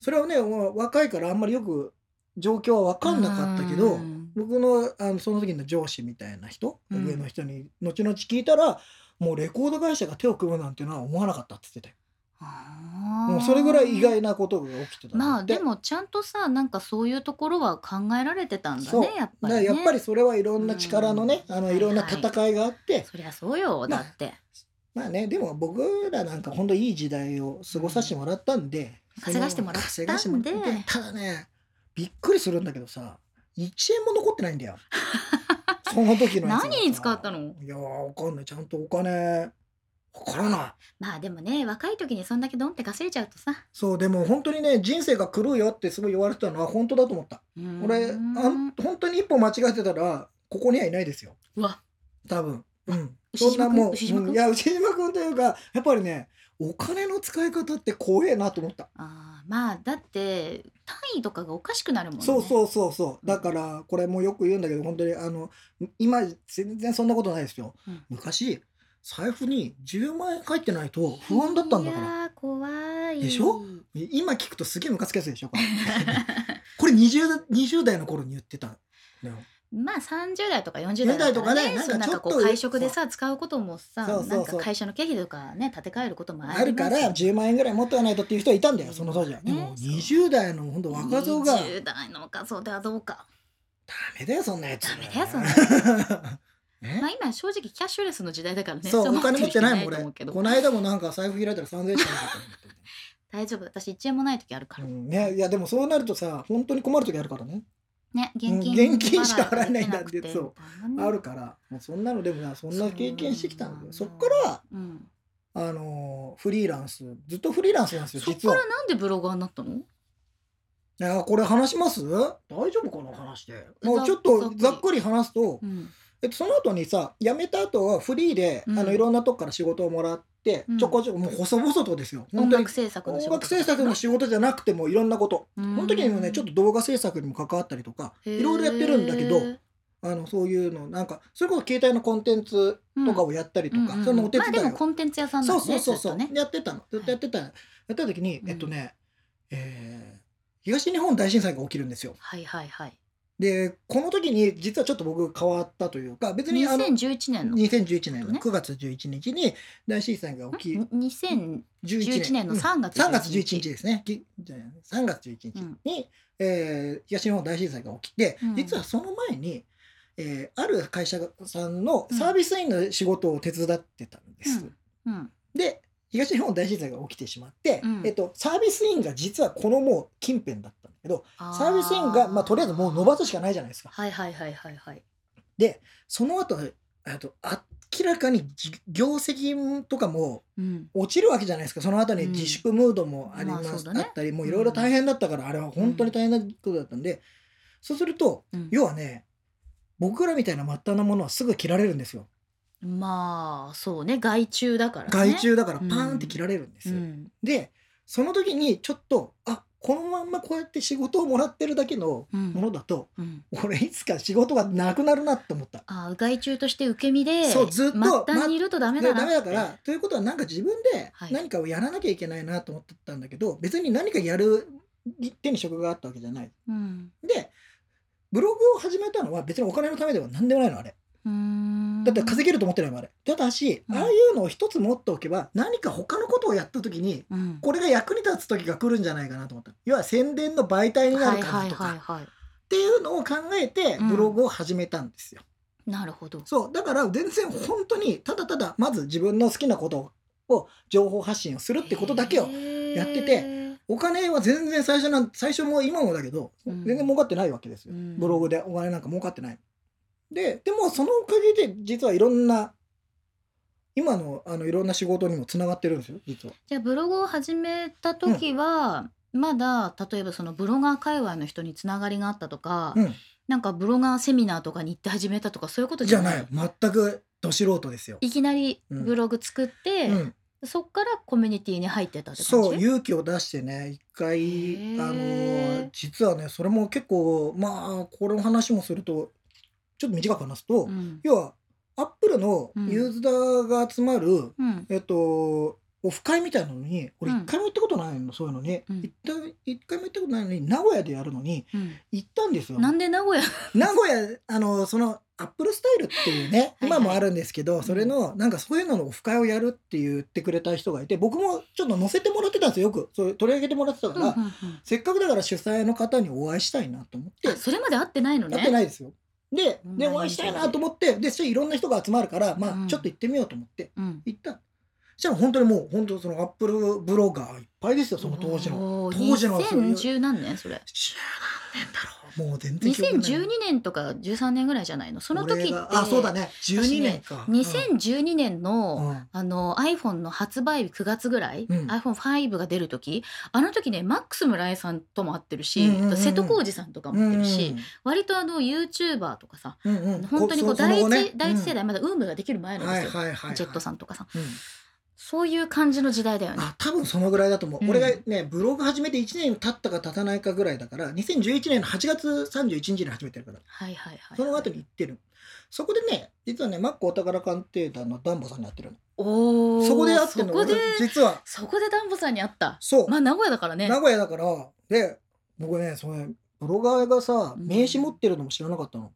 [SPEAKER 2] それはねもう若いからあんまりよく状況は分かんなかったけど、
[SPEAKER 1] うん
[SPEAKER 2] 僕のあのその時の上司みたいな人、
[SPEAKER 1] うん
[SPEAKER 2] 上の人に後々聞いたらもうレコード会社が手を組むなんていうのは思わなかったって言ってて
[SPEAKER 1] あー
[SPEAKER 2] もうそれぐらい意外なことが起きてた
[SPEAKER 1] ま
[SPEAKER 2] な
[SPEAKER 1] あ
[SPEAKER 2] って
[SPEAKER 1] でもちゃんとさなんかそういうところは考えられてたんだ
[SPEAKER 2] そう
[SPEAKER 1] ねやっぱ
[SPEAKER 2] だ
[SPEAKER 1] り
[SPEAKER 2] から
[SPEAKER 1] ね。
[SPEAKER 2] やっぱりそれはいろんな力のね、
[SPEAKER 1] うん
[SPEAKER 2] あのいろんな戦いがあって、
[SPEAKER 1] そりゃそうよだって。
[SPEAKER 2] まあねでも僕らなんか本当いい時代を過ごさせてもらったんで、そ
[SPEAKER 1] 稼
[SPEAKER 2] の
[SPEAKER 1] がしてもらったんで
[SPEAKER 2] 稼がしてもらってただねびっくりするんだけどさ1円も残ってないん だよその時のやつがさ
[SPEAKER 1] 何に使ったの
[SPEAKER 2] いやーわかんないちゃんとお金わからない
[SPEAKER 1] まあでもね若い時にそんだけドンって稼いちゃうとさ。
[SPEAKER 2] そうでも本当にね人生が狂うよってすごい言われてたのは本当だと思った俺あ
[SPEAKER 1] うんん
[SPEAKER 2] 本当に一歩間違えてたらここにはいないですよ
[SPEAKER 1] うわ
[SPEAKER 2] 多分うん
[SPEAKER 1] 牛
[SPEAKER 2] そ
[SPEAKER 1] 島
[SPEAKER 2] んなもう、
[SPEAKER 1] 君牛島君
[SPEAKER 2] うんいや牛島君というかやっぱりねお金の使い方って怖えなと思った、
[SPEAKER 1] あーまあだって単位とかがおかしくなるもんね。
[SPEAKER 2] そ
[SPEAKER 1] う。
[SPEAKER 2] うそうそうそうだからこれもよく言うんだけど本当にあの今全然そんなことないですよ、
[SPEAKER 1] うん
[SPEAKER 2] 昔財布に10万円入ってないと不安だったんだから
[SPEAKER 1] いやー怖い。
[SPEAKER 2] でしょ今聞くとすげえムカつくやつでしょこれ これ 20, 20代の頃に言ってたんだよ
[SPEAKER 1] まあ30代とか40代だったらね
[SPEAKER 2] 40代とかね
[SPEAKER 1] そうな
[SPEAKER 2] な
[SPEAKER 1] んんか
[SPEAKER 2] かちょっと
[SPEAKER 1] こう会食でさ使うこともさ
[SPEAKER 2] そうそうそう
[SPEAKER 1] なんか会社の経費とかね立て替えることもあります
[SPEAKER 2] あるから10万円ぐらい持っておかないとっていう人はいたんだよその当時は、
[SPEAKER 1] ね
[SPEAKER 2] でも20代の本当若造が
[SPEAKER 1] 20代の若造ではどうか
[SPEAKER 2] ダメだよそんなやつ
[SPEAKER 1] ダメだよそんなや
[SPEAKER 2] な
[SPEAKER 1] まあ今正直キャッシュレスの時代だからね
[SPEAKER 2] そうお金持ってないもん
[SPEAKER 1] そう
[SPEAKER 2] 俺
[SPEAKER 1] 思うけど
[SPEAKER 2] この間もなんか財布開いたら3000円しかなかっ
[SPEAKER 1] 大丈夫私1円もない時あるか
[SPEAKER 2] た
[SPEAKER 1] ら
[SPEAKER 2] もん、 うんねいやでもそうなるとさ本当に困る時あるからね、
[SPEAKER 1] ね現金
[SPEAKER 2] うん現金しか払えないんだって
[SPEAKER 1] 払わなく
[SPEAKER 2] そう
[SPEAKER 1] みたいなね
[SPEAKER 2] あるからもうそんなのでもなそんな経験してきたんだよそ
[SPEAKER 1] そう
[SPEAKER 2] っから
[SPEAKER 1] うん
[SPEAKER 2] あのーフリーランスずっとフリーランスなんですよ
[SPEAKER 1] そっ
[SPEAKER 2] 実
[SPEAKER 1] か
[SPEAKER 2] は
[SPEAKER 1] らなんでブロガーになったの
[SPEAKER 2] いやこれ話します大丈夫かな話してもうちょ
[SPEAKER 1] ざっ
[SPEAKER 2] っと
[SPEAKER 1] くり
[SPEAKER 2] ざっくり話すと
[SPEAKER 1] う、ん
[SPEAKER 2] えっと、その後にさ辞めた後はフリーで、
[SPEAKER 1] うん
[SPEAKER 2] あのいろんなとこから仕事をもらって、
[SPEAKER 1] うん
[SPEAKER 2] ちょこちょこもう細々とですよ
[SPEAKER 1] 音
[SPEAKER 2] 本当に
[SPEAKER 1] 楽制作の仕
[SPEAKER 2] 音
[SPEAKER 1] 事
[SPEAKER 2] 楽制作の仕事じゃなくてもいろんなこと、
[SPEAKER 1] こ
[SPEAKER 2] この時にもねちょっと動画制作にも関わったりとかいろいろやってるんだけどあのそういうのなんかそれこそ携帯のコンテンツとかをやったりとか、
[SPEAKER 1] うんうん
[SPEAKER 2] そのお手
[SPEAKER 1] まあで
[SPEAKER 2] 伝いを
[SPEAKER 1] もコンテンツ屋さんなん
[SPEAKER 2] そ
[SPEAKER 1] だ
[SPEAKER 2] うそう
[SPEAKER 1] ねず
[SPEAKER 2] そう
[SPEAKER 1] っ
[SPEAKER 2] そ
[SPEAKER 1] と
[SPEAKER 2] う、
[SPEAKER 1] ね
[SPEAKER 2] やってたのずっとやってた、やってた時に
[SPEAKER 1] うん
[SPEAKER 2] えっとね、えー東日本大震災が起きるんですよ
[SPEAKER 1] はいはいはい
[SPEAKER 2] でこの時に実はちょっと僕変わったというか別にあの
[SPEAKER 1] 2011年の
[SPEAKER 2] 2011年の
[SPEAKER 1] ね
[SPEAKER 2] 9月11日に大震災が起
[SPEAKER 1] ん2011
[SPEAKER 2] き
[SPEAKER 1] 年の
[SPEAKER 2] うん
[SPEAKER 1] 3月
[SPEAKER 2] 3月
[SPEAKER 1] 11
[SPEAKER 2] 11日ですね。きじゃあ3月11日に、えー東日本大震災が起きて、
[SPEAKER 1] うん
[SPEAKER 2] 実はその前に、えーある会社さんのサービス員の仕事を手伝ってたんです。
[SPEAKER 1] うん
[SPEAKER 2] で東日本大震災が起きてしまって、
[SPEAKER 1] うん
[SPEAKER 2] えっと、サービス員が実はこのもう近辺だったんだけど
[SPEAKER 1] あ
[SPEAKER 2] サービス員が、まあ、とりあえずもう伸ばすしかないじゃないですか。
[SPEAKER 1] はいはいはいはいはい
[SPEAKER 2] その後あと明らかにじ業績とかも
[SPEAKER 1] うん
[SPEAKER 2] 落ちるわけじゃないですかその後に自粛ムードもありま
[SPEAKER 1] う
[SPEAKER 2] す、
[SPEAKER 1] んまあそうだ
[SPEAKER 2] あ
[SPEAKER 1] ね
[SPEAKER 2] ったりもういろいろ大変だったから、あれは本当に大変なことだったんで、そうすると
[SPEAKER 1] うん
[SPEAKER 2] 要はね僕らみたいな末端なものはすぐ切られるんですよ
[SPEAKER 1] まあそうね害虫だからね
[SPEAKER 2] 害虫だからパーンって切られるんです
[SPEAKER 1] う
[SPEAKER 2] よ。
[SPEAKER 1] ん
[SPEAKER 2] でその時にちょっとあこのまんまこうやって仕事をもらってるだけの
[SPEAKER 1] うん
[SPEAKER 2] ものだと、
[SPEAKER 1] うん
[SPEAKER 2] 俺いつか仕事がなくなるなって思った。
[SPEAKER 1] あ害虫として受け身で
[SPEAKER 2] そうずっと
[SPEAKER 1] 末端にいるとダメ
[SPEAKER 2] で
[SPEAKER 1] だ
[SPEAKER 2] ダ
[SPEAKER 1] な
[SPEAKER 2] メだからということはなんか自分で
[SPEAKER 1] はい
[SPEAKER 2] 何かをやらなきゃいけないなと思ってたんだけど、別に何かやる手に職があったわけじゃない。
[SPEAKER 1] うん
[SPEAKER 2] でブログを始めたのは別にお金のためでは何でもないのあれ
[SPEAKER 1] うーん
[SPEAKER 2] だって稼げると思ってないもんあれただし、
[SPEAKER 1] うん
[SPEAKER 2] ああいうのを一つ持っておけば何か他のことをやった時に
[SPEAKER 1] うん
[SPEAKER 2] これが役に立つ時が来るんじゃないかなと思った要は宣伝の媒体にな
[SPEAKER 1] は
[SPEAKER 2] る
[SPEAKER 1] い
[SPEAKER 2] か
[SPEAKER 1] は
[SPEAKER 2] ないと
[SPEAKER 1] はい
[SPEAKER 2] か
[SPEAKER 1] はい
[SPEAKER 2] っていうのを考えて
[SPEAKER 1] うん
[SPEAKER 2] ブログを始めたんですよ、
[SPEAKER 1] なるほど
[SPEAKER 2] そうだから全然本当にただただまず自分の好きなことを情報発信をするってことだけをやってて
[SPEAKER 1] て
[SPEAKER 2] お金は全然最初なん最初も今もだけど、
[SPEAKER 1] うん
[SPEAKER 2] 全然儲かってないわけですよ、
[SPEAKER 1] うん
[SPEAKER 2] ブログでお金なんか儲かってないででもそのおかげで実はいろんな今のあのいろんな仕事にもつながってるんですよ実は
[SPEAKER 1] じゃあブログを始めた時は、まだ例えばそのブロガー界隈の人につながりがあったとか、
[SPEAKER 2] うん
[SPEAKER 1] なんかブロガーセミナーとかに行って始めたとかそういうことじ
[SPEAKER 2] じ
[SPEAKER 1] ゃ
[SPEAKER 2] ゃ
[SPEAKER 1] ない
[SPEAKER 2] ない全くど素人ですよ、
[SPEAKER 1] いきなり
[SPEAKER 2] うん
[SPEAKER 1] ブログ作って、
[SPEAKER 2] うん、
[SPEAKER 1] そっからコミュニティに入ってたって感じ
[SPEAKER 2] そう勇気を出してね一回
[SPEAKER 1] へ
[SPEAKER 2] あ
[SPEAKER 1] ー
[SPEAKER 2] の実はねそれも結構まあこれの話もするとちょっと短く話すと、
[SPEAKER 1] うん
[SPEAKER 2] 要はアップルのユーザーが集まる、
[SPEAKER 1] うん
[SPEAKER 2] えっと、オフ会みたいなのに、俺
[SPEAKER 1] うん
[SPEAKER 2] 一回も行ったことないの、そういうのに。
[SPEAKER 1] うん
[SPEAKER 2] 一回一回も行ったことないのに、名古屋でやるのに、
[SPEAKER 1] うん
[SPEAKER 2] 行ったんですよ。
[SPEAKER 1] なんで名古屋
[SPEAKER 2] 名古屋、あの、その、アップルスタイルっていうね、
[SPEAKER 1] はいはい
[SPEAKER 2] 今もあるんですけど、それの、なんかそういうののオフ会をやるって言ってくれた人がいて、僕もちょっと載せてもらってたんですよ、よく。そう取り上げてもらってたから、
[SPEAKER 1] うんうんうん
[SPEAKER 2] せっかくだから主催の方にお会いしたいなと思って、
[SPEAKER 1] あそれまで会ってないのね
[SPEAKER 2] やってないですよ。で、
[SPEAKER 1] うん
[SPEAKER 2] で、お会いしたいなと思って、で、そしたらいろんな人が集まるから、ま
[SPEAKER 1] うん
[SPEAKER 2] あ、ちょっと行ってみようと思って。
[SPEAKER 1] うん、
[SPEAKER 2] 行ったしたら本当にもう本当そのアップルブロガーいっぱいですよその当時の
[SPEAKER 1] の
[SPEAKER 2] 当時のそういう
[SPEAKER 1] 2010何年それ
[SPEAKER 2] 十何年だろうもう全然記憶ない
[SPEAKER 1] 2012年とか13年ぐらいじゃないのその時っ
[SPEAKER 2] 俺
[SPEAKER 1] て
[SPEAKER 2] があそうだね12年か、
[SPEAKER 1] 2012年の、
[SPEAKER 2] うんうん
[SPEAKER 1] あの iPhone の発売日9月ぐらい、
[SPEAKER 2] うん
[SPEAKER 1] iPhone5 が出る時あの時ねマックス村井さんとも会ってるし、
[SPEAKER 2] うんうんうん
[SPEAKER 1] 瀬戸康史さんとかも会ってるし、割とあの YouTuber とかさ
[SPEAKER 2] うんうんうん
[SPEAKER 1] 本当にこう
[SPEAKER 2] そその
[SPEAKER 1] 第一、
[SPEAKER 2] 後ね
[SPEAKER 1] 第一世代まだウームができる前
[SPEAKER 2] うん
[SPEAKER 1] ので
[SPEAKER 2] は
[SPEAKER 1] す
[SPEAKER 2] い
[SPEAKER 1] よ、
[SPEAKER 2] はいはい
[SPEAKER 1] ジェットさ
[SPEAKER 2] ん、
[SPEAKER 1] んとかさ
[SPEAKER 2] うん
[SPEAKER 1] そういう感じの時代だよね。
[SPEAKER 2] あ多分そのぐらいだと思う、
[SPEAKER 1] うん
[SPEAKER 2] 俺がねブログ始めて1年経ったか経たないかぐらいだから2011年の8月31日に始めてるから
[SPEAKER 1] はいはいはい。
[SPEAKER 2] その後に行ってるそこでね実はねマックお宝鑑定団のダンボさんに会ってるの
[SPEAKER 1] おー
[SPEAKER 2] そこで会ってるの
[SPEAKER 1] そこで
[SPEAKER 2] 俺実は
[SPEAKER 1] そこでダンボさんに会った。
[SPEAKER 2] そう、
[SPEAKER 1] まあ名古屋だからね。
[SPEAKER 2] 名古屋だからで僕ねそのブロガーがさ
[SPEAKER 1] うん
[SPEAKER 2] 名刺持ってるのも知らなかったの、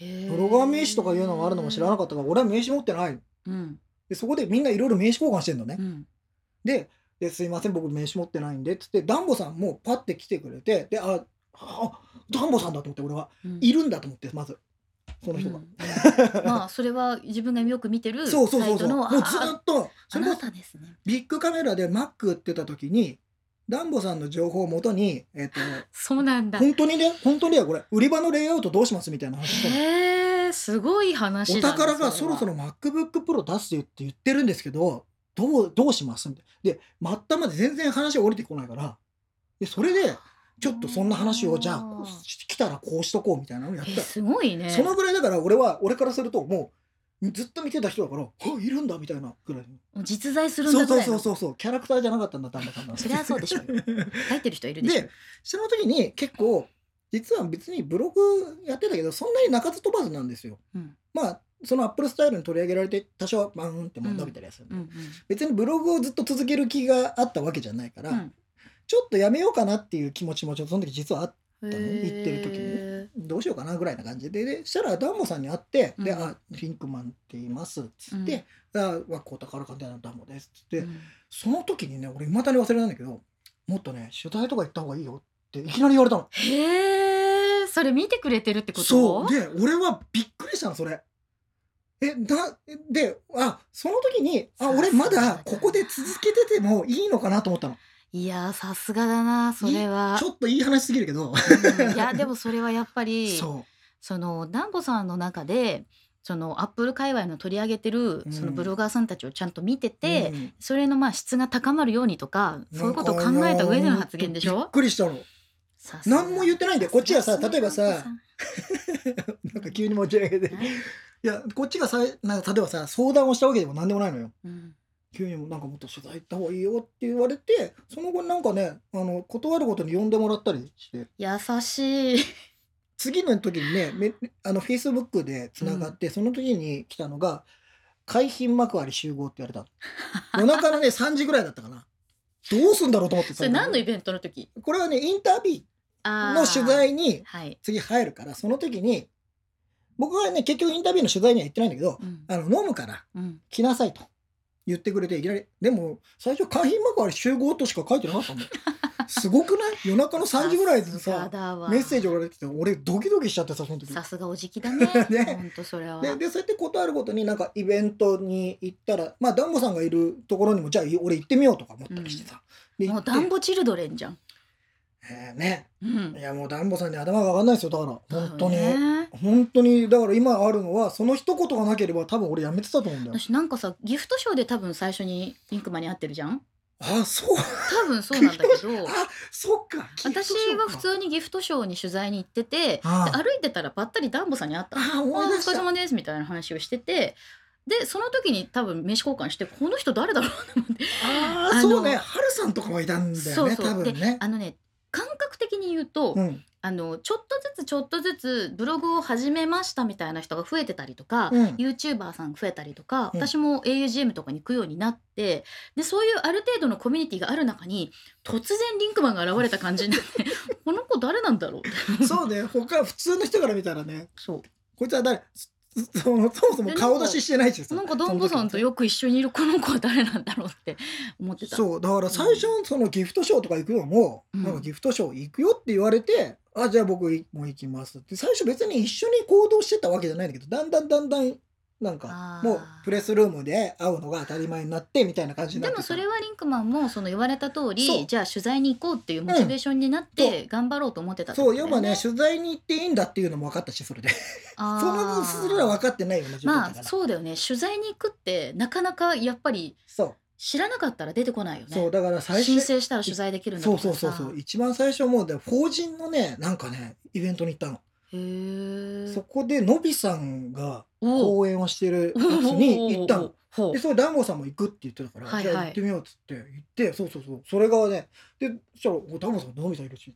[SPEAKER 1] ブ
[SPEAKER 2] ブロガー名刺とかいうのがあるのも知ら
[SPEAKER 1] か
[SPEAKER 2] な
[SPEAKER 1] っ
[SPEAKER 2] かったから俺は名刺持ってない
[SPEAKER 1] た。うん
[SPEAKER 2] でそこでみんないろいろ名刺交換してんのね、
[SPEAKER 1] うん
[SPEAKER 2] でですいません僕名刺持ってないんで」っつってダンボさんもパッて来てくれてでああダンボさんだと思って俺は
[SPEAKER 1] うん
[SPEAKER 2] いるんだと思ってまずその人が、
[SPEAKER 1] うんまあそれは自分がよく見てるサ
[SPEAKER 2] そうそうそ
[SPEAKER 1] イ
[SPEAKER 2] う
[SPEAKER 1] ト
[SPEAKER 2] そうも
[SPEAKER 1] の
[SPEAKER 2] う
[SPEAKER 1] あ
[SPEAKER 2] ずっと
[SPEAKER 1] あ
[SPEAKER 2] それ
[SPEAKER 1] な
[SPEAKER 2] こそ
[SPEAKER 1] たですね
[SPEAKER 2] ビッグカメラでマックってた時にダンボさんの情報をもとに、えっと
[SPEAKER 1] そうなんだ
[SPEAKER 2] 本当にね本当にねこれ売り場のレイアウトどうしますみたいな話したの
[SPEAKER 1] へえすごい話
[SPEAKER 2] お
[SPEAKER 1] だね
[SPEAKER 2] 宝がそろそ
[SPEAKER 1] れは
[SPEAKER 2] ろ MacBook Pro 出すよって言ってるんですけどどうどうしますみたいなで末端まで全然話が降りてこないからでそれでちょっとそんな話をじゃあ
[SPEAKER 1] あー
[SPEAKER 2] 来たらこうしとこうみたいなのをやった
[SPEAKER 1] え、すごいね
[SPEAKER 2] そのぐらいだから俺は俺からするともうずっと見てた人だから「あいるんだ」みたいなぐらい
[SPEAKER 1] 実在するん
[SPEAKER 2] そ
[SPEAKER 1] だ
[SPEAKER 2] う
[SPEAKER 1] ぐ
[SPEAKER 2] そう
[SPEAKER 1] らい
[SPEAKER 2] そ
[SPEAKER 1] の
[SPEAKER 2] うそうそうキャラクターじゃなかったんだ旦那さん
[SPEAKER 1] そりゃそうでしょうよ書いてる人いるでしょ
[SPEAKER 2] でその時に結構実は別にブログやってたけどそんなに鳴かず飛ばずなんですよ
[SPEAKER 1] うん
[SPEAKER 2] まあそのアップルスタイルに取り上げられて多少バーンってもう伸びたりはするん
[SPEAKER 1] う
[SPEAKER 2] で、
[SPEAKER 1] ん
[SPEAKER 2] 別にブログをずっと続ける気があったわけじゃないから、
[SPEAKER 1] うん
[SPEAKER 2] ちょっとやめようかなっていう気持ちもちょっとその時実はあ
[SPEAKER 1] うん
[SPEAKER 2] の行ってる時にね
[SPEAKER 1] へ
[SPEAKER 2] どうしようかなぐらいな感じででしたらダンボさんに会って「で
[SPEAKER 1] うん
[SPEAKER 2] あリンクマンって言います」っつって「あわこう宝鑑定のダンボです」っつって、
[SPEAKER 1] えうん
[SPEAKER 2] その時にね俺いまだに忘れないんだけどもっとね取材とか行った方がいいよっていきなり言われたの。
[SPEAKER 1] へえそれ見てくれてるってこと
[SPEAKER 2] そうで俺はびっくりしたのそれ。えだであその時にあ俺まだここで続けててもいいのかなと思ったの。
[SPEAKER 1] いやーさすがだなそれは
[SPEAKER 2] ちょっといい話すぎるけど。
[SPEAKER 1] うんいやでもそれはやっぱり
[SPEAKER 2] そ
[SPEAKER 1] そのダンボさんの中でそのアップル界隈の取り上げてる
[SPEAKER 2] うん
[SPEAKER 1] そのブロガーさんたちをちゃんと見て
[SPEAKER 2] う。
[SPEAKER 1] て、
[SPEAKER 2] うん
[SPEAKER 1] それのまあ質が高まるようにとかそういうことを考えた上での発言でし
[SPEAKER 2] びっ
[SPEAKER 1] ょ
[SPEAKER 2] くりしたの。
[SPEAKER 1] さすが
[SPEAKER 2] 何も言ってないんだよこっちはさ例えばさ
[SPEAKER 1] さ
[SPEAKER 2] なんか急に持ち上げて。
[SPEAKER 1] すが
[SPEAKER 2] いやこっちがさなんか例えばさ相談をしたわけでも何でもないのよ
[SPEAKER 1] うん
[SPEAKER 2] 急にもなんかもっと取材行った方がいいよって言われてその後なんかねあの断ることに呼んでもらったりして
[SPEAKER 1] 優しい。
[SPEAKER 2] 次の時にねめあのフェイスブックでつながって、その時に来たのが「海浜幕張集合」って言われたの夜中 のね3時ぐらいだったかなどうすんだろうと思って
[SPEAKER 1] それ何のイ
[SPEAKER 2] こ
[SPEAKER 1] ベントの時
[SPEAKER 2] れはねインタビュー
[SPEAKER 1] あー
[SPEAKER 2] の取材に
[SPEAKER 1] はい。
[SPEAKER 2] 次入るからその時に僕はね結局インタビューの取材には行ってないんだけど
[SPEAKER 1] うん
[SPEAKER 2] 「あの飲むから
[SPEAKER 1] うん
[SPEAKER 2] 来なさい」と言ってくれていきなりでも最初海浜幕張集合としか書いてなかっ たもんすごくない夜中の3時ぐらいに
[SPEAKER 1] さすが
[SPEAKER 2] さ
[SPEAKER 1] だわ
[SPEAKER 2] メッセージ送られてて俺ドキドキしちゃってさその時
[SPEAKER 1] さすがおじきだね
[SPEAKER 2] ね
[SPEAKER 1] 本当それは
[SPEAKER 2] ででそうやって断ることになんかイベントに行ったらまあ団子さんがいるところにもじゃあ俺行ってみようとか思ったりしてさ、で
[SPEAKER 1] も
[SPEAKER 2] 行
[SPEAKER 1] う
[SPEAKER 2] って
[SPEAKER 1] ダンボチルドレンじゃん、
[SPEAKER 2] えーね
[SPEAKER 1] うん
[SPEAKER 2] い、やもう団子さんに頭が上がんないですよだから本当に、
[SPEAKER 1] だよね
[SPEAKER 2] 本当にだから今あるのはその一言がなければ多分俺やめてたと思うんだよ
[SPEAKER 1] 私なんかさギフトショーで多分最初にリンクマンに会ってるじゃん
[SPEAKER 2] あそう
[SPEAKER 1] 多分そうなんだけど
[SPEAKER 2] あそっか
[SPEAKER 1] 私は普通にギフトショーに取材に行っててで
[SPEAKER 2] ああ
[SPEAKER 1] 歩いてたらばったりダンボさんに会ったの
[SPEAKER 2] あ
[SPEAKER 1] 「あ
[SPEAKER 2] 思
[SPEAKER 1] お
[SPEAKER 2] い出し
[SPEAKER 1] 疲れ
[SPEAKER 2] た
[SPEAKER 1] 様です」みたいな話をしててでその時に多分名刺交換してこの人誰だろうと思って
[SPEAKER 2] あ
[SPEAKER 1] あ
[SPEAKER 2] あ
[SPEAKER 1] の
[SPEAKER 2] そうね春さんとかもいたんだよ
[SPEAKER 1] そう
[SPEAKER 2] ね
[SPEAKER 1] そう
[SPEAKER 2] 多分ね
[SPEAKER 1] あのね感覚的に言うと、
[SPEAKER 2] うん
[SPEAKER 1] あのちょっとずつちょっとずつブログを始めましたみたいな人が増えてたりとか、
[SPEAKER 2] うん
[SPEAKER 1] ユーチューバーさんが増えたりとか、
[SPEAKER 2] うん
[SPEAKER 1] 私も augm とかに行くようになってでそういうある程度のコミュニティがある中に突然リンクマンが現れた感じになって この子誰なんだろうって
[SPEAKER 2] そうね他普通の人から見たらね
[SPEAKER 1] そ
[SPEAKER 2] こいつは誰そそ のそもそも顔出ししてないし
[SPEAKER 1] う
[SPEAKER 2] さ
[SPEAKER 1] なんかドンボさんとよく一緒にいるこの子は誰なんだろうって思ってた
[SPEAKER 2] そうだから最初そのギフトショーとか行くのも、
[SPEAKER 1] うん
[SPEAKER 2] なんかギフトショー行くよって言われてあじゃあ僕も行きますって最初別に一緒に行動してたわけじゃないんだけどだんだんだんだんなんか
[SPEAKER 1] あー
[SPEAKER 2] もうプレスルームで会うのが当たり前になってみたいな感じにな
[SPEAKER 1] で
[SPEAKER 2] って
[SPEAKER 1] もそれ
[SPEAKER 2] は
[SPEAKER 1] はリンクマンもその言われた通
[SPEAKER 2] そう
[SPEAKER 1] りじゃあ取材に行こうっていうモチベーションになって頑張ろうと思ってたって
[SPEAKER 2] そ
[SPEAKER 1] こ
[SPEAKER 2] う
[SPEAKER 1] とだ
[SPEAKER 2] 要
[SPEAKER 1] よ
[SPEAKER 2] はね取材に行っていいんだっていうのも分かったしそれでそ
[SPEAKER 1] あー
[SPEAKER 2] の分すら分かってないような状態だ
[SPEAKER 1] ま
[SPEAKER 2] か
[SPEAKER 1] あ
[SPEAKER 2] ら、
[SPEAKER 1] そうだよね取材に行くってなかなかやっぱり
[SPEAKER 2] そう
[SPEAKER 1] 知らなかったら出てこないよね
[SPEAKER 2] そうだから最初
[SPEAKER 1] 申請したら取材できるんだ
[SPEAKER 2] そ
[SPEAKER 1] と
[SPEAKER 2] う
[SPEAKER 1] かさ
[SPEAKER 2] そうそうそう一番最初もうで法人のねなんかねイベントに行ったの、
[SPEAKER 1] へ
[SPEAKER 2] そ
[SPEAKER 1] え
[SPEAKER 2] こでのびさんが
[SPEAKER 1] おう
[SPEAKER 2] 講演をしてるやつに行ったの
[SPEAKER 1] ほう
[SPEAKER 2] でそれダンボさんも行くって言ってたから、
[SPEAKER 1] はい
[SPEAKER 2] じゃあ
[SPEAKER 1] はい
[SPEAKER 2] 行ってみようっつって行ってそうそうそうそれがねでそしたらおダンボさんとのびさんいるし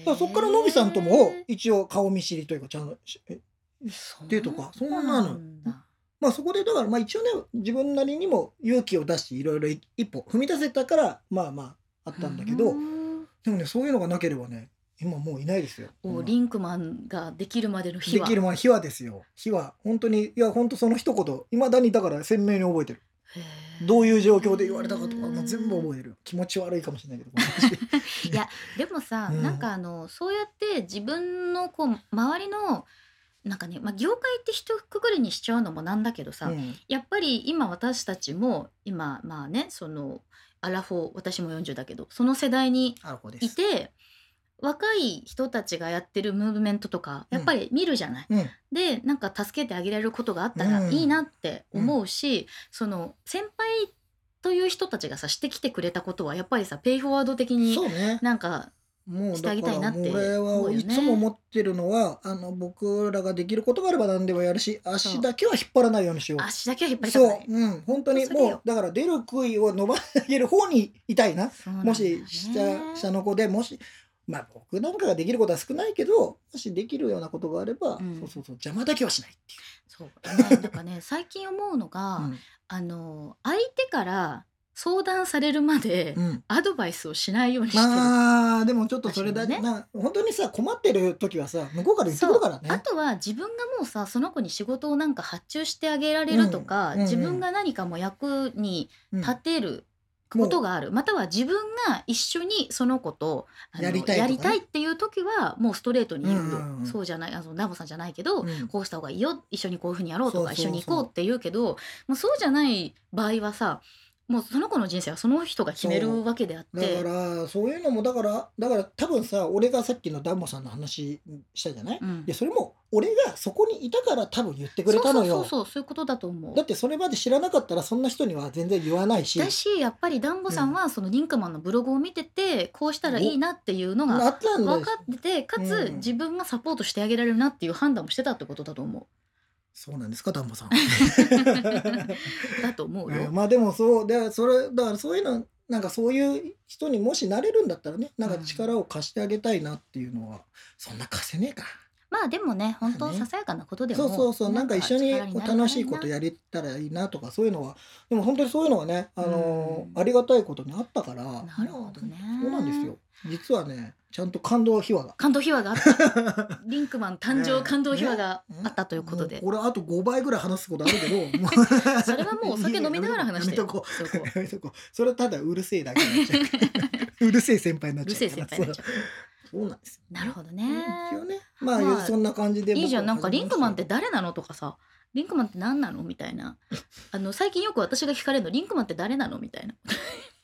[SPEAKER 2] だからそこからのびさんとも
[SPEAKER 1] へえ
[SPEAKER 2] 一応顔見知りというかちゃんとしえてとか
[SPEAKER 1] そう
[SPEAKER 2] そ
[SPEAKER 1] なんん
[SPEAKER 2] な
[SPEAKER 1] だ
[SPEAKER 2] まあそこでだからまあ一応ね自分なりにも勇気を出していろいろ一歩踏み出せたからまあまああったんだけど、
[SPEAKER 1] うん
[SPEAKER 2] でもねそういうのがなければね今もういないですよ。
[SPEAKER 1] お
[SPEAKER 2] うん
[SPEAKER 1] リンクマンができるまでの日
[SPEAKER 2] で
[SPEAKER 1] は
[SPEAKER 2] きるまあ秘話ですよ秘話本当にいや本当その一言いまだにだから鮮明に覚えてる
[SPEAKER 1] へえ
[SPEAKER 2] どういう状況で言われたかとか
[SPEAKER 1] うん
[SPEAKER 2] もう全部覚えてる気持ち悪いかもしれない けどこの話
[SPEAKER 1] でもさ、
[SPEAKER 2] うん
[SPEAKER 1] なんかあのそうやって自分のこう周りのなんかね、まあ、業界って一括りにしちゃうのもなんだけどさ、
[SPEAKER 2] うん
[SPEAKER 1] やっぱり今私たちも今まあねそのアラフォー私も40だけどその世代に
[SPEAKER 2] アラフォーで
[SPEAKER 1] い
[SPEAKER 2] す
[SPEAKER 1] て若い人たちがやってるムーブメントとかやっぱり見るじゃない。
[SPEAKER 2] うん
[SPEAKER 1] でなんか助けてあげられることがあったらいいなって思うし、その先輩という人たちがさしてきてくれたことはやっぱりさペイフォワード的に
[SPEAKER 2] そうね
[SPEAKER 1] なんか
[SPEAKER 2] もう
[SPEAKER 1] してあ
[SPEAKER 2] だ
[SPEAKER 1] げ
[SPEAKER 2] か
[SPEAKER 1] たいな
[SPEAKER 2] ら
[SPEAKER 1] って
[SPEAKER 2] 俺
[SPEAKER 1] 思
[SPEAKER 2] は
[SPEAKER 1] うよね
[SPEAKER 2] いつも思ってるのはあの僕らができることがあれば何でもやるし足だけは引っ張らないようにしよう
[SPEAKER 1] 足だけは引っ張りたく
[SPEAKER 2] そ
[SPEAKER 1] な
[SPEAKER 2] う
[SPEAKER 1] い。
[SPEAKER 2] うん本当に
[SPEAKER 1] それ
[SPEAKER 2] もう
[SPEAKER 1] よ
[SPEAKER 2] だから出る杭を伸ばしてる方にいたいな
[SPEAKER 1] そうなんだ
[SPEAKER 2] も
[SPEAKER 1] よね
[SPEAKER 2] し下下の子でもしまあ僕なんかができることは少ないけどもしできるようなことがあれば、
[SPEAKER 1] うん
[SPEAKER 2] そうそうそう邪魔だけはしないってい
[SPEAKER 1] そうなんかね最近思うのが、
[SPEAKER 2] う。
[SPEAKER 1] あの相手から相談されるまで
[SPEAKER 2] うんうん
[SPEAKER 1] アドバイスをしないようにしてる。
[SPEAKER 2] まあでもちょっとそれだ
[SPEAKER 1] 私も
[SPEAKER 2] ね
[SPEAKER 1] ね
[SPEAKER 2] な本当にさ困ってる時はさ向こうから言ってくるから
[SPEAKER 1] あ
[SPEAKER 2] ね
[SPEAKER 1] とは自分がもうさその子に仕事をなんか発注してあげられるとか、
[SPEAKER 2] うんうんうん
[SPEAKER 1] 自分が何かも役に
[SPEAKER 2] うん
[SPEAKER 1] 立てる
[SPEAKER 2] もう
[SPEAKER 1] ことがある、または自分が一緒にその子とあの
[SPEAKER 2] やりたいとかね
[SPEAKER 1] やりたいっていう時はもうストレートに言うよ、
[SPEAKER 2] うんうんうん
[SPEAKER 1] そうじゃないあのナボさんじゃないけど、
[SPEAKER 2] うん
[SPEAKER 1] こうした方がいいよ一緒にこういうふうにやろうとか
[SPEAKER 2] そうそう
[SPEAKER 1] 一
[SPEAKER 2] そう
[SPEAKER 1] 緒に行こうって言うけどもうそうじゃない場合はさもうその子の人生はその人が決めるわけであっ
[SPEAKER 2] だか
[SPEAKER 1] て。
[SPEAKER 2] らそういうのもだからだから多分さ俺がさっきのダンボさんの話したじゃない、
[SPEAKER 1] うん
[SPEAKER 2] でそれも俺がそこにいたから多分言ってくれたの
[SPEAKER 1] そう
[SPEAKER 2] よ
[SPEAKER 1] そうそうそうそういうことだと思う
[SPEAKER 2] だってそれまで知らなかったらそんな人には全然言わないし
[SPEAKER 1] だしやっぱりダンボさんはそのリンクマンのブログを見ててこうしたらいいなっていうのが
[SPEAKER 2] あったんだ
[SPEAKER 1] 分
[SPEAKER 2] よ
[SPEAKER 1] かっててか
[SPEAKER 2] う
[SPEAKER 1] つ
[SPEAKER 2] ん
[SPEAKER 1] 自分がサポートしてあげられるなっていう判断もしてたってことだと思
[SPEAKER 2] そうなんですか丹波さん。
[SPEAKER 1] だと思う
[SPEAKER 2] えー
[SPEAKER 1] よ。
[SPEAKER 2] まあでもそうでそれだからそういうのなんかそういう人にもしなれるんだったらねなんか力を貸してあげたいなっていうのは、そんな貸せねえか
[SPEAKER 1] まあでもね本当
[SPEAKER 2] ね
[SPEAKER 1] ささやかなことで
[SPEAKER 2] そ
[SPEAKER 1] も
[SPEAKER 2] うそうそうなんか一緒に
[SPEAKER 1] 力
[SPEAKER 2] こう
[SPEAKER 1] なるから
[SPEAKER 2] 楽しいことやれたらいいなとかそういうのはでも本当にそういうのはねあのー
[SPEAKER 1] うん
[SPEAKER 2] ありがたいことにあったからな
[SPEAKER 1] なるほどね
[SPEAKER 2] そうなんですよ実はねちゃんと感動秘話が。
[SPEAKER 1] 感動秘話があった。 リンクマン誕
[SPEAKER 2] ね
[SPEAKER 1] 生
[SPEAKER 2] え
[SPEAKER 1] 感動秘話があったということで
[SPEAKER 2] も。俺あと5倍ぐらい話すことあるけどもう
[SPEAKER 1] それはもうお酒飲みながら話して
[SPEAKER 2] やめとこう
[SPEAKER 1] そこ
[SPEAKER 2] やめとこうそれただうるせえだけになっちゃうか らうるせえ先輩にな
[SPEAKER 1] う
[SPEAKER 2] っち
[SPEAKER 1] る
[SPEAKER 2] ゃう
[SPEAKER 1] せえ
[SPEAKER 2] か
[SPEAKER 1] 先
[SPEAKER 2] ら
[SPEAKER 1] 輩になっちゃ
[SPEAKER 2] そうなんですよ
[SPEAKER 1] う。なるほどね。
[SPEAKER 2] 一応ねまあ、
[SPEAKER 1] まあ
[SPEAKER 2] そんな感じで
[SPEAKER 1] いいじゃん
[SPEAKER 2] 僕
[SPEAKER 1] な
[SPEAKER 2] は
[SPEAKER 1] んかリンクマンって誰なのとかさリンクマンって何なのみたいなあの最近よく私が聞かれるのリンクマンって誰なのみたいな、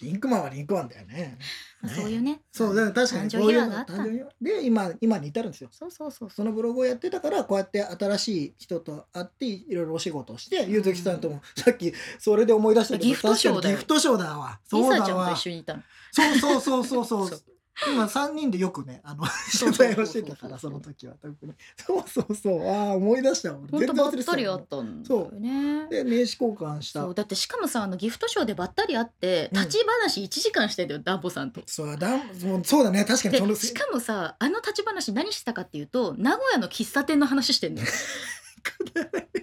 [SPEAKER 2] リンクマンはリンクマンだよね
[SPEAKER 1] まあ、
[SPEAKER 2] ね
[SPEAKER 1] そういうね
[SPEAKER 2] そうだから確かに
[SPEAKER 1] 誕生
[SPEAKER 2] こ
[SPEAKER 1] 秘
[SPEAKER 2] ういう
[SPEAKER 1] 話
[SPEAKER 2] の
[SPEAKER 1] があっ
[SPEAKER 2] 誕
[SPEAKER 1] た
[SPEAKER 2] 生日で今今に至るんですよ
[SPEAKER 1] そうそうそうそ
[SPEAKER 2] そうのブログをやってたからこうやって新しい人と会っていろいろお仕事をしてゆずきさんともさっきそれで思い出したけど
[SPEAKER 1] ギフトショーだよ
[SPEAKER 2] 確かにギフトショーだわ
[SPEAKER 1] リ
[SPEAKER 2] そう
[SPEAKER 1] サち
[SPEAKER 2] だ
[SPEAKER 1] ゃんと
[SPEAKER 2] わ
[SPEAKER 1] 一緒にいたの
[SPEAKER 2] そうそうそうそうそう
[SPEAKER 1] そう
[SPEAKER 2] 今三人でよくねあの
[SPEAKER 1] う
[SPEAKER 2] 取
[SPEAKER 1] そう
[SPEAKER 2] 材をしてたから
[SPEAKER 1] そ
[SPEAKER 2] そ
[SPEAKER 1] そう
[SPEAKER 2] うの時は特にそうそうそうああ思い出したわ
[SPEAKER 1] ほん
[SPEAKER 2] 全
[SPEAKER 1] と
[SPEAKER 2] 然
[SPEAKER 1] ばっ
[SPEAKER 2] 忘れて
[SPEAKER 1] た
[SPEAKER 2] た
[SPEAKER 1] りあ
[SPEAKER 2] よ
[SPEAKER 1] ったんだよね
[SPEAKER 2] で名刺交換した
[SPEAKER 1] そうだってしかもさあのギフトショーでばったり会って
[SPEAKER 2] うん
[SPEAKER 1] 立ち話1時間してんだよダンボさんと。
[SPEAKER 2] そうだもうそうだね確かに
[SPEAKER 1] で
[SPEAKER 2] その
[SPEAKER 1] しかもさあの立ち話何してたかっていうと名古屋の喫茶店の話してん のよ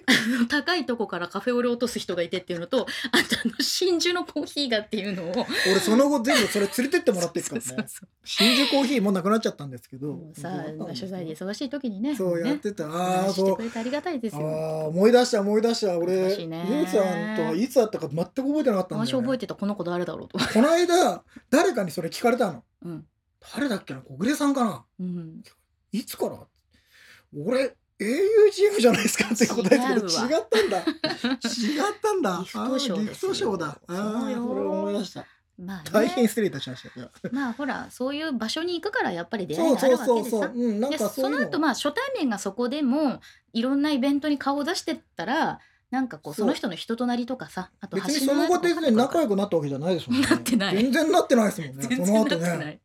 [SPEAKER 1] あの高いとこからカフェオレ落とす人がいてっていうのとあとあの真珠のコーヒーがっていうのを
[SPEAKER 2] 俺その後全部それ連れてってもらってるから
[SPEAKER 1] そうそう
[SPEAKER 2] ね
[SPEAKER 1] そう
[SPEAKER 2] 真珠コーヒーもうなくなっちゃったんですけど
[SPEAKER 1] もうさ
[SPEAKER 2] 本当だった
[SPEAKER 1] 所
[SPEAKER 2] んすよ
[SPEAKER 1] 在で忙しい時にね
[SPEAKER 2] そうやっ
[SPEAKER 1] ね
[SPEAKER 2] てた、
[SPEAKER 1] お
[SPEAKER 2] ああ
[SPEAKER 1] 話しし
[SPEAKER 2] そ
[SPEAKER 1] て
[SPEAKER 2] う
[SPEAKER 1] くれてありがたいです
[SPEAKER 2] あ
[SPEAKER 1] よ
[SPEAKER 2] あ思い出した思い出した俺
[SPEAKER 1] 懐かし
[SPEAKER 2] ゆ
[SPEAKER 1] いうね
[SPEAKER 2] さんといつ会ったか全く覚えてなかったんだ
[SPEAKER 1] 私
[SPEAKER 2] よ、
[SPEAKER 1] 覚え
[SPEAKER 2] ね、
[SPEAKER 1] てたこの子誰だろうと、
[SPEAKER 2] この間誰かにそれ聞かれたの
[SPEAKER 1] うん
[SPEAKER 2] 誰だっけな小暮さんかな
[SPEAKER 1] うん、
[SPEAKER 2] いつから俺 AUGM じゃないですかって答えたけど
[SPEAKER 1] 違
[SPEAKER 2] 違
[SPEAKER 1] うわ
[SPEAKER 2] っ たんだ違ったんだ
[SPEAKER 1] ギフトショー
[SPEAKER 2] あー
[SPEAKER 1] です
[SPEAKER 2] ギフトショーだあ
[SPEAKER 1] そうよ
[SPEAKER 2] あこれ思い出した
[SPEAKER 1] まあ
[SPEAKER 2] 大変
[SPEAKER 1] ね
[SPEAKER 2] 失礼いたしましたよ
[SPEAKER 1] まあほらそういう場所に行くからやっぱり出会い
[SPEAKER 2] そう
[SPEAKER 1] がある
[SPEAKER 2] そう
[SPEAKER 1] わけで
[SPEAKER 2] そう
[SPEAKER 1] さ
[SPEAKER 2] そう、うん、なん
[SPEAKER 1] で
[SPEAKER 2] かそう
[SPEAKER 1] そ
[SPEAKER 2] いう
[SPEAKER 1] の後まあ初対面がそこでもいろんなイベントに顔を出してったらなんかこう
[SPEAKER 2] そ
[SPEAKER 1] そうの人の人となりとかさあと
[SPEAKER 2] 別に
[SPEAKER 1] 発信
[SPEAKER 2] その後別に仲
[SPEAKER 1] 良
[SPEAKER 2] 良くなったわけじゃないですもんね。
[SPEAKER 1] なってない
[SPEAKER 2] 全然なってないですもんね。
[SPEAKER 1] 全
[SPEAKER 2] そ
[SPEAKER 1] 然なっ
[SPEAKER 2] の後
[SPEAKER 1] てない、
[SPEAKER 2] ね。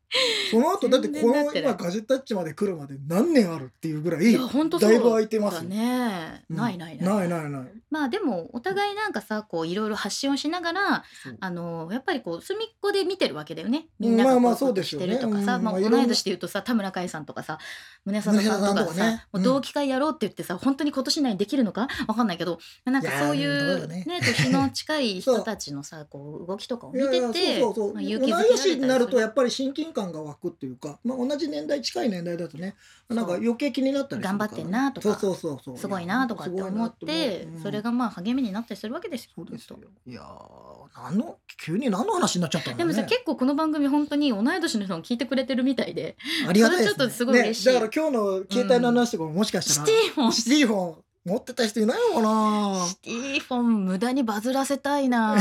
[SPEAKER 2] その後だって
[SPEAKER 1] 全
[SPEAKER 2] こ
[SPEAKER 1] 然なっ
[SPEAKER 2] の
[SPEAKER 1] てない
[SPEAKER 2] 今ガジェタッチまで来るまで何年あるっていうぐらい
[SPEAKER 1] いや本当そう
[SPEAKER 2] だいぶ空いてます
[SPEAKER 1] だ
[SPEAKER 2] よ。
[SPEAKER 1] ね、
[SPEAKER 2] うん
[SPEAKER 1] ないないない
[SPEAKER 2] ないないない。
[SPEAKER 1] まあでもお互いなんかさこういろいろ発信をしながら
[SPEAKER 2] そう
[SPEAKER 1] あのやっぱりこう隅っこで見てるわけだよねみんな
[SPEAKER 2] ま
[SPEAKER 1] が
[SPEAKER 2] あ
[SPEAKER 1] こ
[SPEAKER 2] ま
[SPEAKER 1] う
[SPEAKER 2] あ
[SPEAKER 1] いう
[SPEAKER 2] そ
[SPEAKER 1] こ
[SPEAKER 2] う
[SPEAKER 1] と
[SPEAKER 2] です
[SPEAKER 1] し
[SPEAKER 2] よ
[SPEAKER 1] て
[SPEAKER 2] ね
[SPEAKER 1] るとかさ、まあ
[SPEAKER 2] うんまあいろんな
[SPEAKER 1] 同い年でいうとさ田村海さんとかさ宗
[SPEAKER 2] 宗
[SPEAKER 1] 像さん
[SPEAKER 2] 像さん
[SPEAKER 1] と
[SPEAKER 2] と
[SPEAKER 1] かさ、
[SPEAKER 2] かね
[SPEAKER 1] もう同期会やろうって言ってさ本当に今年内にできるのかわかんないけどなんかそうい
[SPEAKER 2] いやーどう
[SPEAKER 1] う
[SPEAKER 2] だ
[SPEAKER 1] ね
[SPEAKER 2] ね
[SPEAKER 1] 年の近い人たちのさこう動きとかを見
[SPEAKER 2] いやい
[SPEAKER 1] て
[SPEAKER 2] や
[SPEAKER 1] て
[SPEAKER 2] そうそうそう
[SPEAKER 1] ま
[SPEAKER 2] 同
[SPEAKER 1] あ
[SPEAKER 2] い
[SPEAKER 1] 勇気づけられたりす
[SPEAKER 2] 年になるとや
[SPEAKER 1] る
[SPEAKER 2] っぱり親近感が湧くっていうか、まあ、同じ年代近い年代だとねなんか余計気になったりするか
[SPEAKER 1] 頑
[SPEAKER 2] ら
[SPEAKER 1] 張ってんなとか
[SPEAKER 2] そうそうそうそう
[SPEAKER 1] すごいなとかって思って、それ
[SPEAKER 2] が
[SPEAKER 1] がまあ励みになったりするわけですよ。
[SPEAKER 2] そうですよ
[SPEAKER 1] 本当
[SPEAKER 2] いやー何の急に何の話になっちゃったん
[SPEAKER 1] で
[SPEAKER 2] だ
[SPEAKER 1] も
[SPEAKER 2] ろう
[SPEAKER 1] さ、
[SPEAKER 2] ね
[SPEAKER 1] 結構この番組本当に同い年の人も聞いてくれてるみたいで
[SPEAKER 2] ありがたいです、ね、
[SPEAKER 1] それちょっとすごい嬉しい
[SPEAKER 2] ねだから今日の携帯の話とかももしかし
[SPEAKER 1] シ
[SPEAKER 2] た
[SPEAKER 1] テ
[SPEAKER 2] ら、
[SPEAKER 1] ィフォン
[SPEAKER 2] シティフォン持ってた人いないのかな
[SPEAKER 1] シティフォン無駄にバズらせたい な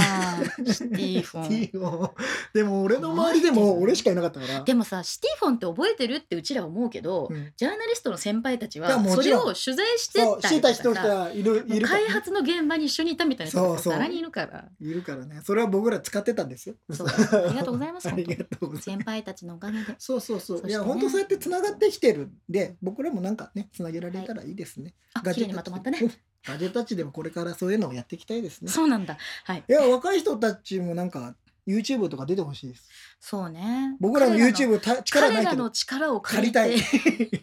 [SPEAKER 1] シティフォン
[SPEAKER 2] シティフォンでも俺の周りでも俺しかいなかったから
[SPEAKER 1] でもさシティフォンって覚えてるってうちらは思うけど、
[SPEAKER 2] うん
[SPEAKER 1] ジャーナリストの先輩たち
[SPEAKER 2] いや
[SPEAKER 1] は
[SPEAKER 2] も
[SPEAKER 1] そ
[SPEAKER 2] ち
[SPEAKER 1] れ
[SPEAKER 2] ろん
[SPEAKER 1] を取材して
[SPEAKER 2] そう
[SPEAKER 1] た
[SPEAKER 2] 知
[SPEAKER 1] り
[SPEAKER 2] っ
[SPEAKER 1] と
[SPEAKER 2] た
[SPEAKER 1] か
[SPEAKER 2] 人
[SPEAKER 1] さ
[SPEAKER 2] がいるいるから
[SPEAKER 1] 開発の現場に一緒にいたみたいな人
[SPEAKER 2] そ
[SPEAKER 1] が
[SPEAKER 2] う
[SPEAKER 1] さ
[SPEAKER 2] そう
[SPEAKER 1] ざらにいるから
[SPEAKER 2] いるからねそれは僕ら使ってたんですよ
[SPEAKER 1] そうありがとうございます
[SPEAKER 2] あ
[SPEAKER 1] 本
[SPEAKER 2] り
[SPEAKER 1] 当
[SPEAKER 2] が
[SPEAKER 1] に
[SPEAKER 2] とうござい
[SPEAKER 1] 先
[SPEAKER 2] ます
[SPEAKER 1] 輩たちのおかげで
[SPEAKER 2] そうそうそ
[SPEAKER 1] そ
[SPEAKER 2] う
[SPEAKER 1] してね
[SPEAKER 2] いや本当そうやってつながってきてるんで僕らもなんかねつなげられたらいいですね、
[SPEAKER 1] あ綺麗にまとまったね
[SPEAKER 2] うん ガジェタッチでもこれからそういうのをやっていきたいですね
[SPEAKER 1] そうなんだはい
[SPEAKER 2] いや若い人たちもなんか YouTube とか出てほしいです
[SPEAKER 1] そうね
[SPEAKER 2] 僕らの
[SPEAKER 1] 彼の
[SPEAKER 2] YouTube た力な
[SPEAKER 1] 彼
[SPEAKER 2] い
[SPEAKER 1] ら
[SPEAKER 2] けど
[SPEAKER 1] の力を借
[SPEAKER 2] 借
[SPEAKER 1] り
[SPEAKER 2] りた
[SPEAKER 1] て
[SPEAKER 2] い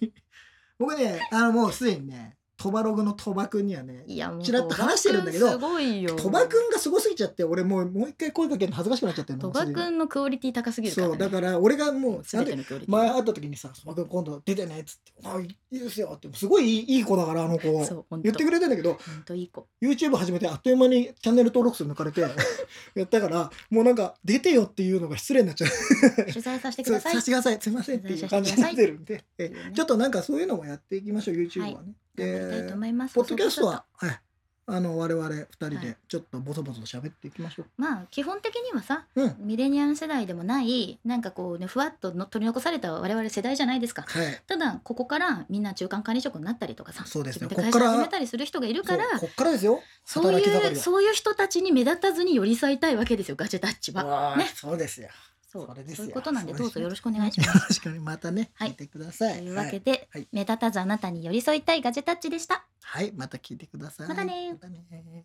[SPEAKER 2] 僕ねあのもうすでにね鳥羽ログの鳥羽くんにはね
[SPEAKER 1] いやもう
[SPEAKER 2] ちらっと話してるんだけど
[SPEAKER 1] 鳥羽くんすごいよ
[SPEAKER 2] 鳥羽くんがすごすぎちゃって俺もうもう一回声かけるの恥ずかしくなっちゃってるの
[SPEAKER 1] 鳥羽く
[SPEAKER 2] も
[SPEAKER 1] んのクオリティ高す
[SPEAKER 2] う
[SPEAKER 1] ぎ
[SPEAKER 2] す
[SPEAKER 1] るから、
[SPEAKER 2] でにそ
[SPEAKER 1] ね、
[SPEAKER 2] うだから俺がもうな
[SPEAKER 1] 全
[SPEAKER 2] ん
[SPEAKER 1] て
[SPEAKER 2] で
[SPEAKER 1] のクオリティ
[SPEAKER 2] 前会った時にさ「鳥羽くん今度出てね」っつって「あいいですよ」ってすごいいいいい子だからあの子
[SPEAKER 1] そう本当
[SPEAKER 2] 言ってくれてんだけど
[SPEAKER 1] ほんといい子
[SPEAKER 2] YouTube 始めてあっという間にチャンネル登録数抜かれて やったからもうなんか出てよっていうのが失礼になっちゃう
[SPEAKER 1] 取材させてく
[SPEAKER 2] そう
[SPEAKER 1] ださ
[SPEAKER 2] さ
[SPEAKER 1] い
[SPEAKER 2] せてくださいすいませんっていう感じになってるんでえ
[SPEAKER 1] っていうね
[SPEAKER 2] ちょっとなんかそういうのもやっていきましょう YouTube はね、
[SPEAKER 1] 頑張りたい
[SPEAKER 2] で
[SPEAKER 1] と思います
[SPEAKER 2] ポッドキャストは
[SPEAKER 1] 細々と
[SPEAKER 2] はいあの我々二人
[SPEAKER 1] はい
[SPEAKER 2] でちょっとボソボソ喋っていきましょう、
[SPEAKER 1] まあ基本的にはさ
[SPEAKER 2] うん
[SPEAKER 1] ミレニアム世代でもないなんかこうねふわっとの取り残された我々世代じゃないですか
[SPEAKER 2] はい
[SPEAKER 1] ただここからみんな中間管理職になったりとかさ
[SPEAKER 2] そうですよ
[SPEAKER 1] 自分で
[SPEAKER 2] こ
[SPEAKER 1] 会
[SPEAKER 2] っから
[SPEAKER 1] 社始めたりする人がいるから
[SPEAKER 2] そうこっからですよ
[SPEAKER 1] そう
[SPEAKER 2] 働き
[SPEAKER 1] い
[SPEAKER 2] 盛り
[SPEAKER 1] う
[SPEAKER 2] は
[SPEAKER 1] そういう人たちに目立たずに寄り添いたいわけですよガジェタッチは
[SPEAKER 2] わあ
[SPEAKER 1] ね
[SPEAKER 2] そうですよ
[SPEAKER 1] そう
[SPEAKER 2] それですよ
[SPEAKER 1] そういうことなんで
[SPEAKER 2] それ
[SPEAKER 1] ど
[SPEAKER 2] で
[SPEAKER 1] う
[SPEAKER 2] す
[SPEAKER 1] ぞよろしくお願いします。
[SPEAKER 2] 確かにまたね、
[SPEAKER 1] はい
[SPEAKER 2] 聞いてくださ
[SPEAKER 1] と
[SPEAKER 2] い。
[SPEAKER 1] いうわけで、
[SPEAKER 2] はい
[SPEAKER 1] 目立たずあなたに寄り添いたいガジェタッチでした。
[SPEAKER 2] はい、はいまた聞いてください。
[SPEAKER 1] またね
[SPEAKER 2] またね